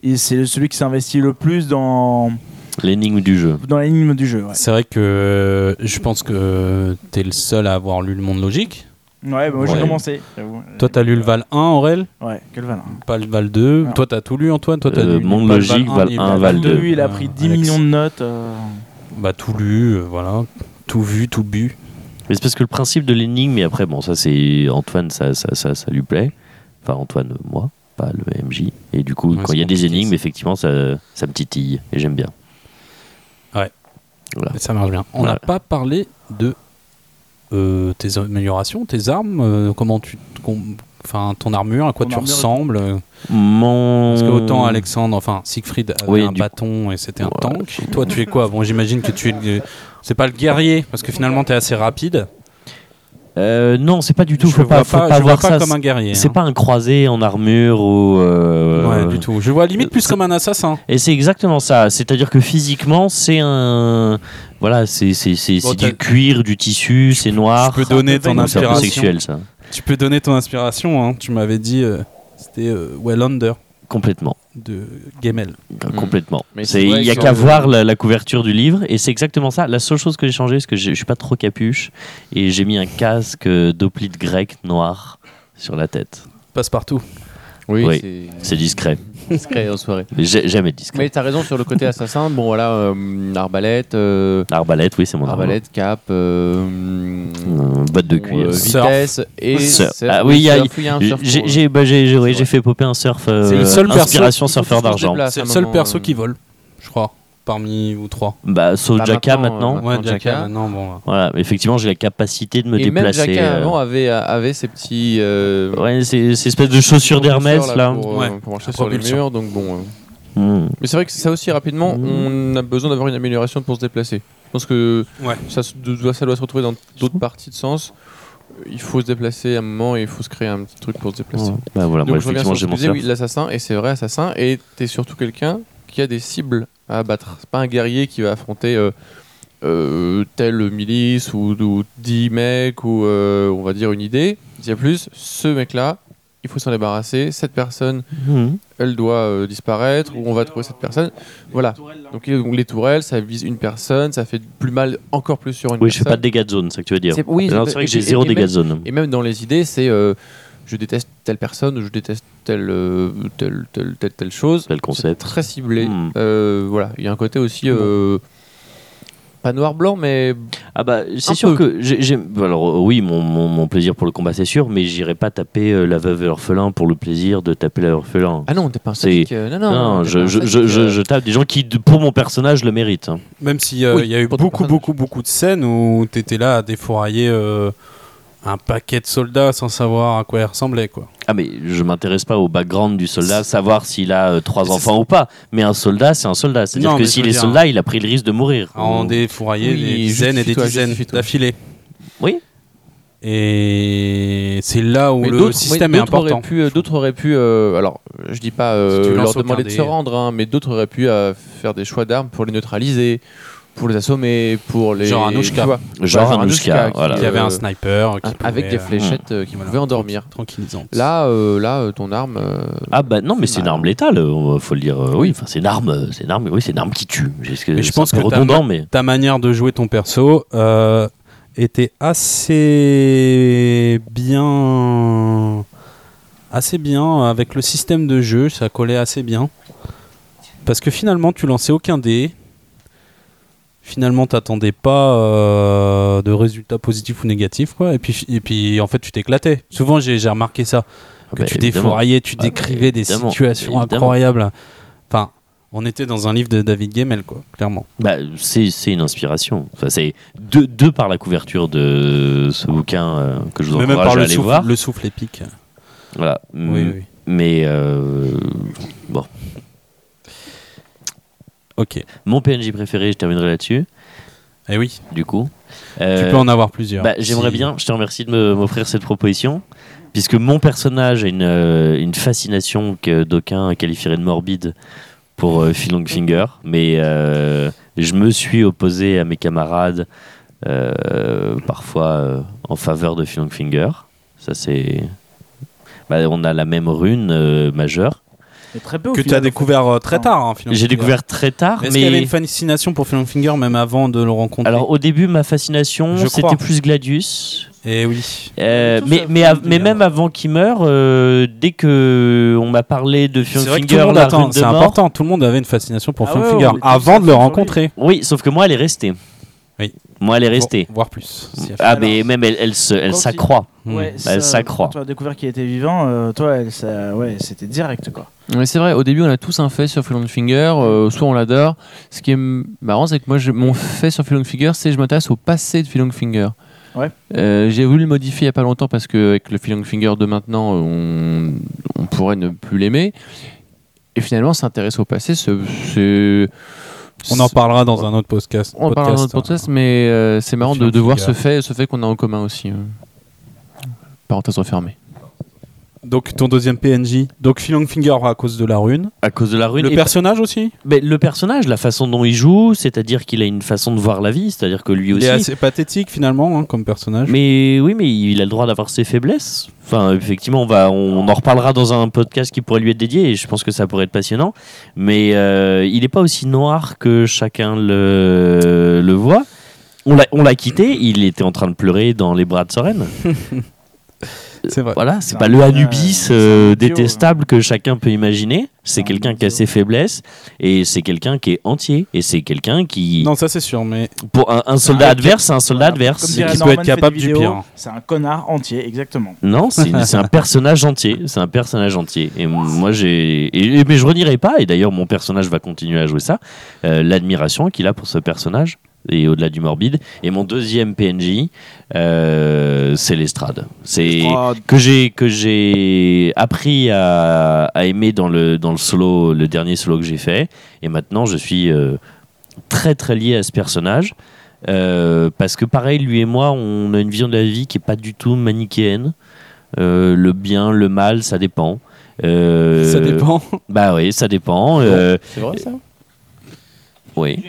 Et c'est celui qui s'investit le plus dans, (laughs) L'énigme du jeu. dans l'énigme du jeu. Ouais, C'est vrai que euh, je pense que t'es le seul à avoir lu le monde logique. ouais bah, moi, j'ai Ouais. commencé. j'avoue. Toi, t'as lu le Val 1, Aurel, Ouais, quel hein. valin. pas le Val 2. Non. Toi, t'as tout lu, Antoine. Toi, t'as Euh, lu Monde pas le Logique, Val ni un, le Val deux. Lui, il a pris Euh, 10 Alex. millions de notes. euh, Bah, tout lu, euh, voilà. Tout vu, tout bu. Mais c'est parce que le principe de l'énigme, et après, bon, ça, c'est Antoine, ça, ça, ça, ça lui plaît. Enfin, Antoine, moi, pas le MJ. Et du coup, Ouais, quand c'est il y a des compliqué, énigmes, ça. effectivement, ça, ça me titille. Et j'aime bien. Et Ça marche bien. On n'a Ouais. pas parlé de euh, tes améliorations, tes armes, euh, comment tu, com- enfin ton armure, à quoi Ton tu armure- ressembles. euh, Mon. Parce que autant Alexandre, enfin Siegfried avait Oui, un du bâton et c'était un Ouais. tank. Toi, tu es quoi Bon, j'imagine que tu es. le- C'est pas le guerrier, parce que finalement, t'es assez rapide. Euh, non, c'est pas du tout. je faut le vois pas, faut pas je le vois voir ça. pas comme un guerrier. C'est hein. pas un croisé en armure ou. euh, Ouais, du tout. Je vois limite plus c'est- comme un assassin. Et c'est exactement ça. C'est-à-dire que physiquement, c'est un. Voilà, c'est c'est- c'est- Bon, c'est t'as- du cuir, du tissu, c'est noir. peux donner C'est un ton peu vague, C'est un peu inspiration. sexuel, ça. Tu peux donner ton inspiration. hein. Tu m'avais dit, euh, c'était euh, Wellander Complètement. de Gamel. Mm. Complètement. Mais C'est- c'est Il vrai n'y a que qu'à sur le- voir la, la couverture du livre. Et c'est exactement ça. La seule chose que j'ai changé, parce que je je suis pas trop capuche, et j'ai mis un casque euh, d'oplite grec noir sur la tête. Passe partout. Oui, Oui. c'est C'est discret. discret en soirée. Mais j'ai- Jamais discret. Mais t'as raison sur le côté assassin. Bon, voilà, euh, arbalète, euh, Arbalète, oui, c'est mon arme. arbalète, cap, euh, Euh, botte de bon, cuir. euh, Surf. vitesse et Surf. surf. Ah oui, il y a- surf, il y a un J'ai- surf, j'ai euh, j'ai- bah, j'ai- j'ai- ouais, C'est j'ai vrai. fait popper un surf euh, C'est le seul perso- inspiration surfeur surtout quand je d'argent. déplace. Ah, C'est le non, seul non, perso euh, qui vole, je crois, parmi vous trois. Bah, sauf Bah, Jaka maintenant, maintenant. euh, Maintenant, Jacka, Jacka. maintenant, bon. là. Voilà, mais effectivement, j'ai la capacité de me Et même déplacer. Jacquin euh, avant avait, avait ses petits. euh, Ouais, ces, ces espèces de chaussures d'Hermès là. Pour, euh, Ouais. pour marcher La sur les propulsion. murs, donc bon. euh. Hmm. Mais c'est vrai que ça aussi, rapidement, Mmh. on a besoin d'avoir une amélioration pour se déplacer. Je pense que Ouais. ça, se- doit, ça doit se retrouver dans d'autres parties de sens. Il faut se déplacer à un moment et il faut se créer un petit truc pour se déplacer. Bah voilà, moi Donc je reviens effectivement, sur ce j'ai que mon tu disais, surf. oui, l'assassin, et c'est vrai assassin, et t'es surtout quelqu'un qui a des cibles à abattre. C'est pas un guerrier qui va affronter euh, euh, telle milice ou, ou 10 mecs ou euh, on va dire une idée. Il y a plus, ce mec-là, il faut s'en débarrasser, cette personne Hmm. elle doit euh, disparaître ou on va trouver cette personne. Voilà. Donc les, donc les tourelles, ça vise une personne, ça fait plus mal encore plus sur une Oui, je fais personne. pas de dégâts de zone, c'est ça que tu veux dire. C'est- oui, Non, c'est- c'est vrai que et- j'ai et- zéro et dégâts de même- zone. Et même dans les idées, c'est euh, je déteste telle personne, ou je déteste telle, euh, telle, telle, telle, telle chose. Tel concept. C'est très ciblé. Hmm. Euh, voilà, il y a un côté aussi. euh, Pas noir-blanc, mais Ah bah c'est Un sûr peu. que j'ai j'ai- bah, alors euh, oui mon, mon, mon plaisir pour le combat c'est sûr mais j'irai pas taper euh, la veuve et l'orphelin pour le plaisir de taper la veuve et l'orphelin. ah non, t'es pas un C'est- sadique, euh, non non, Non, t'es je, pas un je, sadique, je, je, euh, je tape des gens qui, de- pour mon personnage, le méritent. hein. Même s'il euh, Oui, il y a eu pour ton beaucoup, personnage. beaucoup, beaucoup de scènes où t'étais là à défourailler euh, un paquet de soldats sans savoir à quoi ils ressemblaient, quoi. Ah, mais je m'intéresse pas au background du soldat, savoir s'il a euh, trois C'est enfants ou pas. Mais un soldat, c'est un soldat. C'est-à-dire Non, que mais je s'il veux est dire- soldat, il a pris le risque de mourir. à en défourailler Mmh. Oui, des dizaines et des justifie-toi, dizaines justifie-toi. d'affilée. Oui. Et c'est là où mais le d'autres- système oui, est d'autres important. auraient pu, euh, d'autres auraient pu, euh, alors je dis pas euh, Si tu lances leur aucun demander de dé. se rendre, hein, mais d'autres auraient pu euh, faire des choix d'armes pour les neutraliser, pour les assommer, pour les Genre Anouchka. tu vois. Genre Bah, genre Anushka, Anushka, voilà. Il y euh, avait un sniper qui Un- avec pouvait, des euh, fléchettes euh, qui voilà, pouvaient endormir. tranquillisante. Là, euh, là, euh, ton arme. euh, Ah, bah non, mais c'est une Bah. arme létale, euh, faut le dire. euh, oui, enfin, c'est une arme, euh, c'est une arme, oui, c'est une arme qui tue. J'ai- Mais je c'est pense un peu que t'as- redondant, mais. ta manière de jouer ton perso euh, était assez bien assez bien avec le système de jeu ça collait assez bien parce que finalement tu lançais aucun dé finalement t'attendais pas euh, de résultats positifs ou négatifs quoi et puis et puis en fait tu t'éclatais souvent j'ai j'ai remarqué ça que Bah, tu évidemment. défouraillais, tu Ah, mais décrivais des évidemment, situations évidemment. incroyables. Enfin, on était dans un livre de David Gemmel, quoi, clairement. Bah, c'est c'est une inspiration. Enfin, c'est de, de par la couverture de ce bouquin euh, que je vous Mais même encourage par à le aller souffle, voir. le souffle épique. Voilà. Oui, Mm, oui. Mais euh, Ok. mon PNJ préféré, je terminerai là-dessus, Eh oui, du coup. Euh, tu peux en avoir plusieurs. bah, J'aimerais Si- bien, je te remercie de me- m'offrir cette proposition, puisque mon personnage a une, euh, une fascination que d'aucuns qualifieraient de morbide pour euh, Phil Longfinger, mais euh, je me suis opposé à mes camarades, euh, parfois euh, en faveur de Phil Longfinger. Ça, c'est. bah, on a la même rune euh, majeure. Mais très peu au Que tu as final, en fait. découvert euh, très Non. tard, hein, Phil Ah. J'ai Longfinger. découvert très tard, Mais Est-ce qu'il y avait mais. une fascination pour Phil Longfinger même avant de le rencontrer Alors, au début, ma fascination, Je crois. c'était plus Gladius. Eh oui. Euh, Tout mais ça, mais, tout av- mais le délire. même avant qu'il meure, euh, dès que on m'a parlé de C'est vrai que tout Finger, le monde la attend, rune de c'est mort- important, tout le monde avait une fascination pour Ah Phil ouais, Longfinger on était avant tous de le sur lui. rencontrer. Oui, sauf que moi, elle est restée. Oui. Moi, elle est restée. Voir plus. si- Ah, Alors, mais même elle, elle se- elle quand il- s'accroît. Hmm. Ouais, Bah, elle s'accroît. Quand tu as découvert qu'il était vivant, euh, toi, elle, ça, ouais, c'était direct quoi. Mais c'est vrai, au début, on a tous un fait sur Phil Finger, euh, soit on l'adore. Ce qui est m- marrant, c'est que moi, je- mon fait sur Phil Finger, c'est que je m'intéresse au passé de Phil Finger. Ouais. Euh, J'ai voulu le modifier il n'y a pas longtemps parce qu'avec le Phil Finger de maintenant, on, on pourrait ne plus l'aimer. Et finalement, s'intéresser au passé, c'est. c'est- On en parlera dans un autre podcast. hein. On en parle dans notre podcast, mais euh, c'est marrant de, de voir ce fait, ce fait qu'on a en commun aussi. euh. Parenthèse refermée. Donc ton deuxième PNJ. Donc Phil Longfinger à cause de la rune. À cause de la rune. Le Et- personnage aussi mais le personnage, la façon dont il joue, c'est-à-dire qu'il a une façon de voir la vie, c'est-à-dire que lui Il aussi. est assez pathétique finalement hein, comme personnage. Mais oui, mais il a le droit d'avoir ses faiblesses. Enfin, effectivement, on, va, on en reparlera dans un podcast qui pourrait lui être dédié et je pense que ça pourrait être passionnant. Mais euh, il n'est pas aussi noir que chacun le, le voit. On l'a- on l'a quitté, il était en train de pleurer dans les bras de Soren. C'est vrai. Voilà, c'est Non, pas le euh, Anubis c'est un euh, idiot, hein. détestable que chacun peut imaginer. C'est C'est un quelqu'un qui a idiot. ses faiblesses et c'est quelqu'un qui est entier. Et c'est quelqu'un qui. Non, ça c'est sûr, mais Pour un, un soldat Ah, adverse, c'est un soldat Voilà, adverse. comme qui dirait peut Norman être capable fait des du vidéos, pire. C'est un connard entier, exactement. Non, c'est c'est un personnage entier. C'est un personnage entier. Et m- moi, j'ai. et- et- Mais je renierai pas. Et d'ailleurs, mon personnage va continuer à jouer ça. euh, L'admiration qu'il a pour ce personnage. Et au-delà du morbide. Et mon deuxième PNJ, euh, c'est l'estrade. C'est Oh, que j'ai que j'ai appris à, à aimer dans le dans le solo, le dernier solo que j'ai fait. Et maintenant, je suis euh, très très lié à ce personnage. Euh, parce que pareil, lui et moi, on a une vision de la vie qui est pas du tout manichéenne. Euh, le bien, le mal, ça dépend. Euh, ça dépend. Bah oui, ça dépend. Euh, C'est vrai ça oui.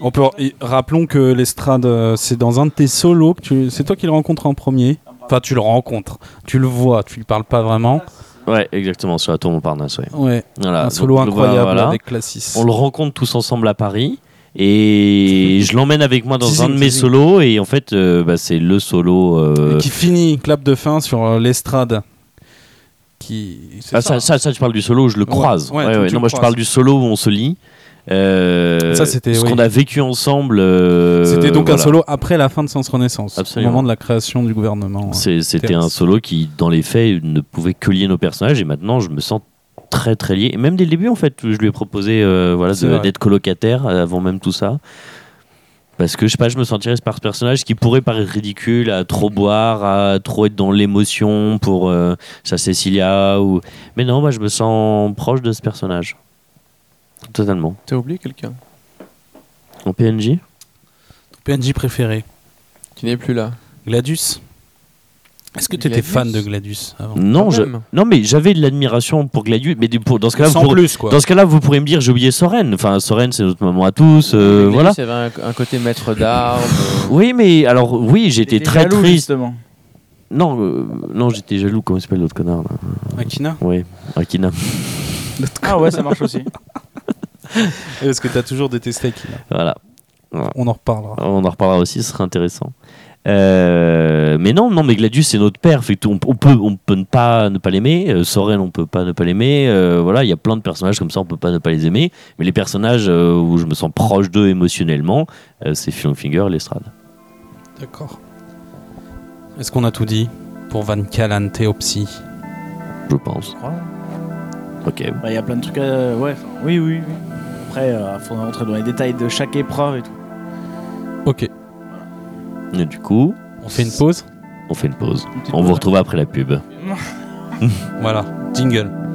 On peut... et Rappelons que l'estrade, euh, c'est dans un de tes solos que tu... c'est toi qui le rencontres en premier. Enfin, tu le rencontres, tu le vois, tu lui parles pas vraiment. Ouais, exactement, sur la tour Montparnasse. Ouais. Ouais, Voilà, un Ah, donc, solo voilà, incroyable voilà. avec Classis. On le rencontre tous ensemble à Paris. Et je l'emmène avec moi dans Teasing, un de mes teasing. solos. Et en fait, euh, bah, c'est le solo. euh, Et Qui finit clap de fin sur euh, l'estrade. Qui... c'est ah, ça, ça, ça, tu parles du solo où je le Ouais, croise. ouais, Ouais, tu- ouais. tu le Non, moi, je croises. parle du solo où on se lit. Euh, Ça, c'était- ce oui. qu'on a vécu ensemble. euh, C'était donc voilà. un solo après la fin de Sens Renaissance, Absolument. au moment de la création du gouvernement. hein. C'est- C'était Terrace. un solo qui, dans les faits, ne pouvait que lier nos personnages. Et maintenant, je me sens très très lié. Et même dès le début, en fait, je lui ai proposé euh, voilà, C'est de- vrai. d'être colocataire euh, avant même tout ça. Parce que je sais pas, je me sentirais par ce personnage qui pourrait paraître ridicule à trop boire, à trop être dans l'émotion pour euh, sa Cécilia. Ou... Mais non, moi je me sens proche de ce personnage. Totalement. T'as oublié quelqu'un En PNJ PNJ préféré, qui n'est plus là. Gladius. Est-ce que tu étais Gladius fan de Gladius avant non, quand je... même. non, mais j'avais de l'admiration pour Gladius. Mais du- pour- dans ce cas-là, Sans pour- plus quoi. Dans ce cas-là, vous pourrez me dire j'ai oublié Soren. Enfin, Soren, c'est notre maman à tous. euh, Gladius voilà. avait un, un côté maître d'armes. euh, Oui, mais alors oui, j'étais t'étais très jaloux, triste. justement. Non, euh, non, j'étais jaloux. Comment il s'appelle l'autre connard là Akina Oui, Akina. Ah ouais, ça marche aussi. Est-ce que tu as toujours détesté Akina Voilà. On en reparlera. On en reparlera aussi. Ce sera intéressant. Euh, mais non, non, mais Gladius c'est notre père. Fait que on, on peut, on peut ne pas ne pas l'aimer. Euh, Soren, on peut pas ne pas l'aimer. Euh, voilà, il y a plein de personnages comme ça, on peut pas ne pas les aimer. Mais les personnages euh, où je me sens proche d'eux émotionnellement, euh, c'est Phil Finger, l'estrade. D'accord. Est-ce qu'on a tout dit pour Van Calante Opsi Je pense. Ouais. Ok. Bah, Il y a plein de trucs. à- ouais, enfin, oui, oui, oui. Après, il faudra rentrer dans les détails de chaque épreuve et tout. Ok. Et du coup, On fait une pause on fait une pause. Une petite On vous pause. retrouve après la pub. voilà, jingle.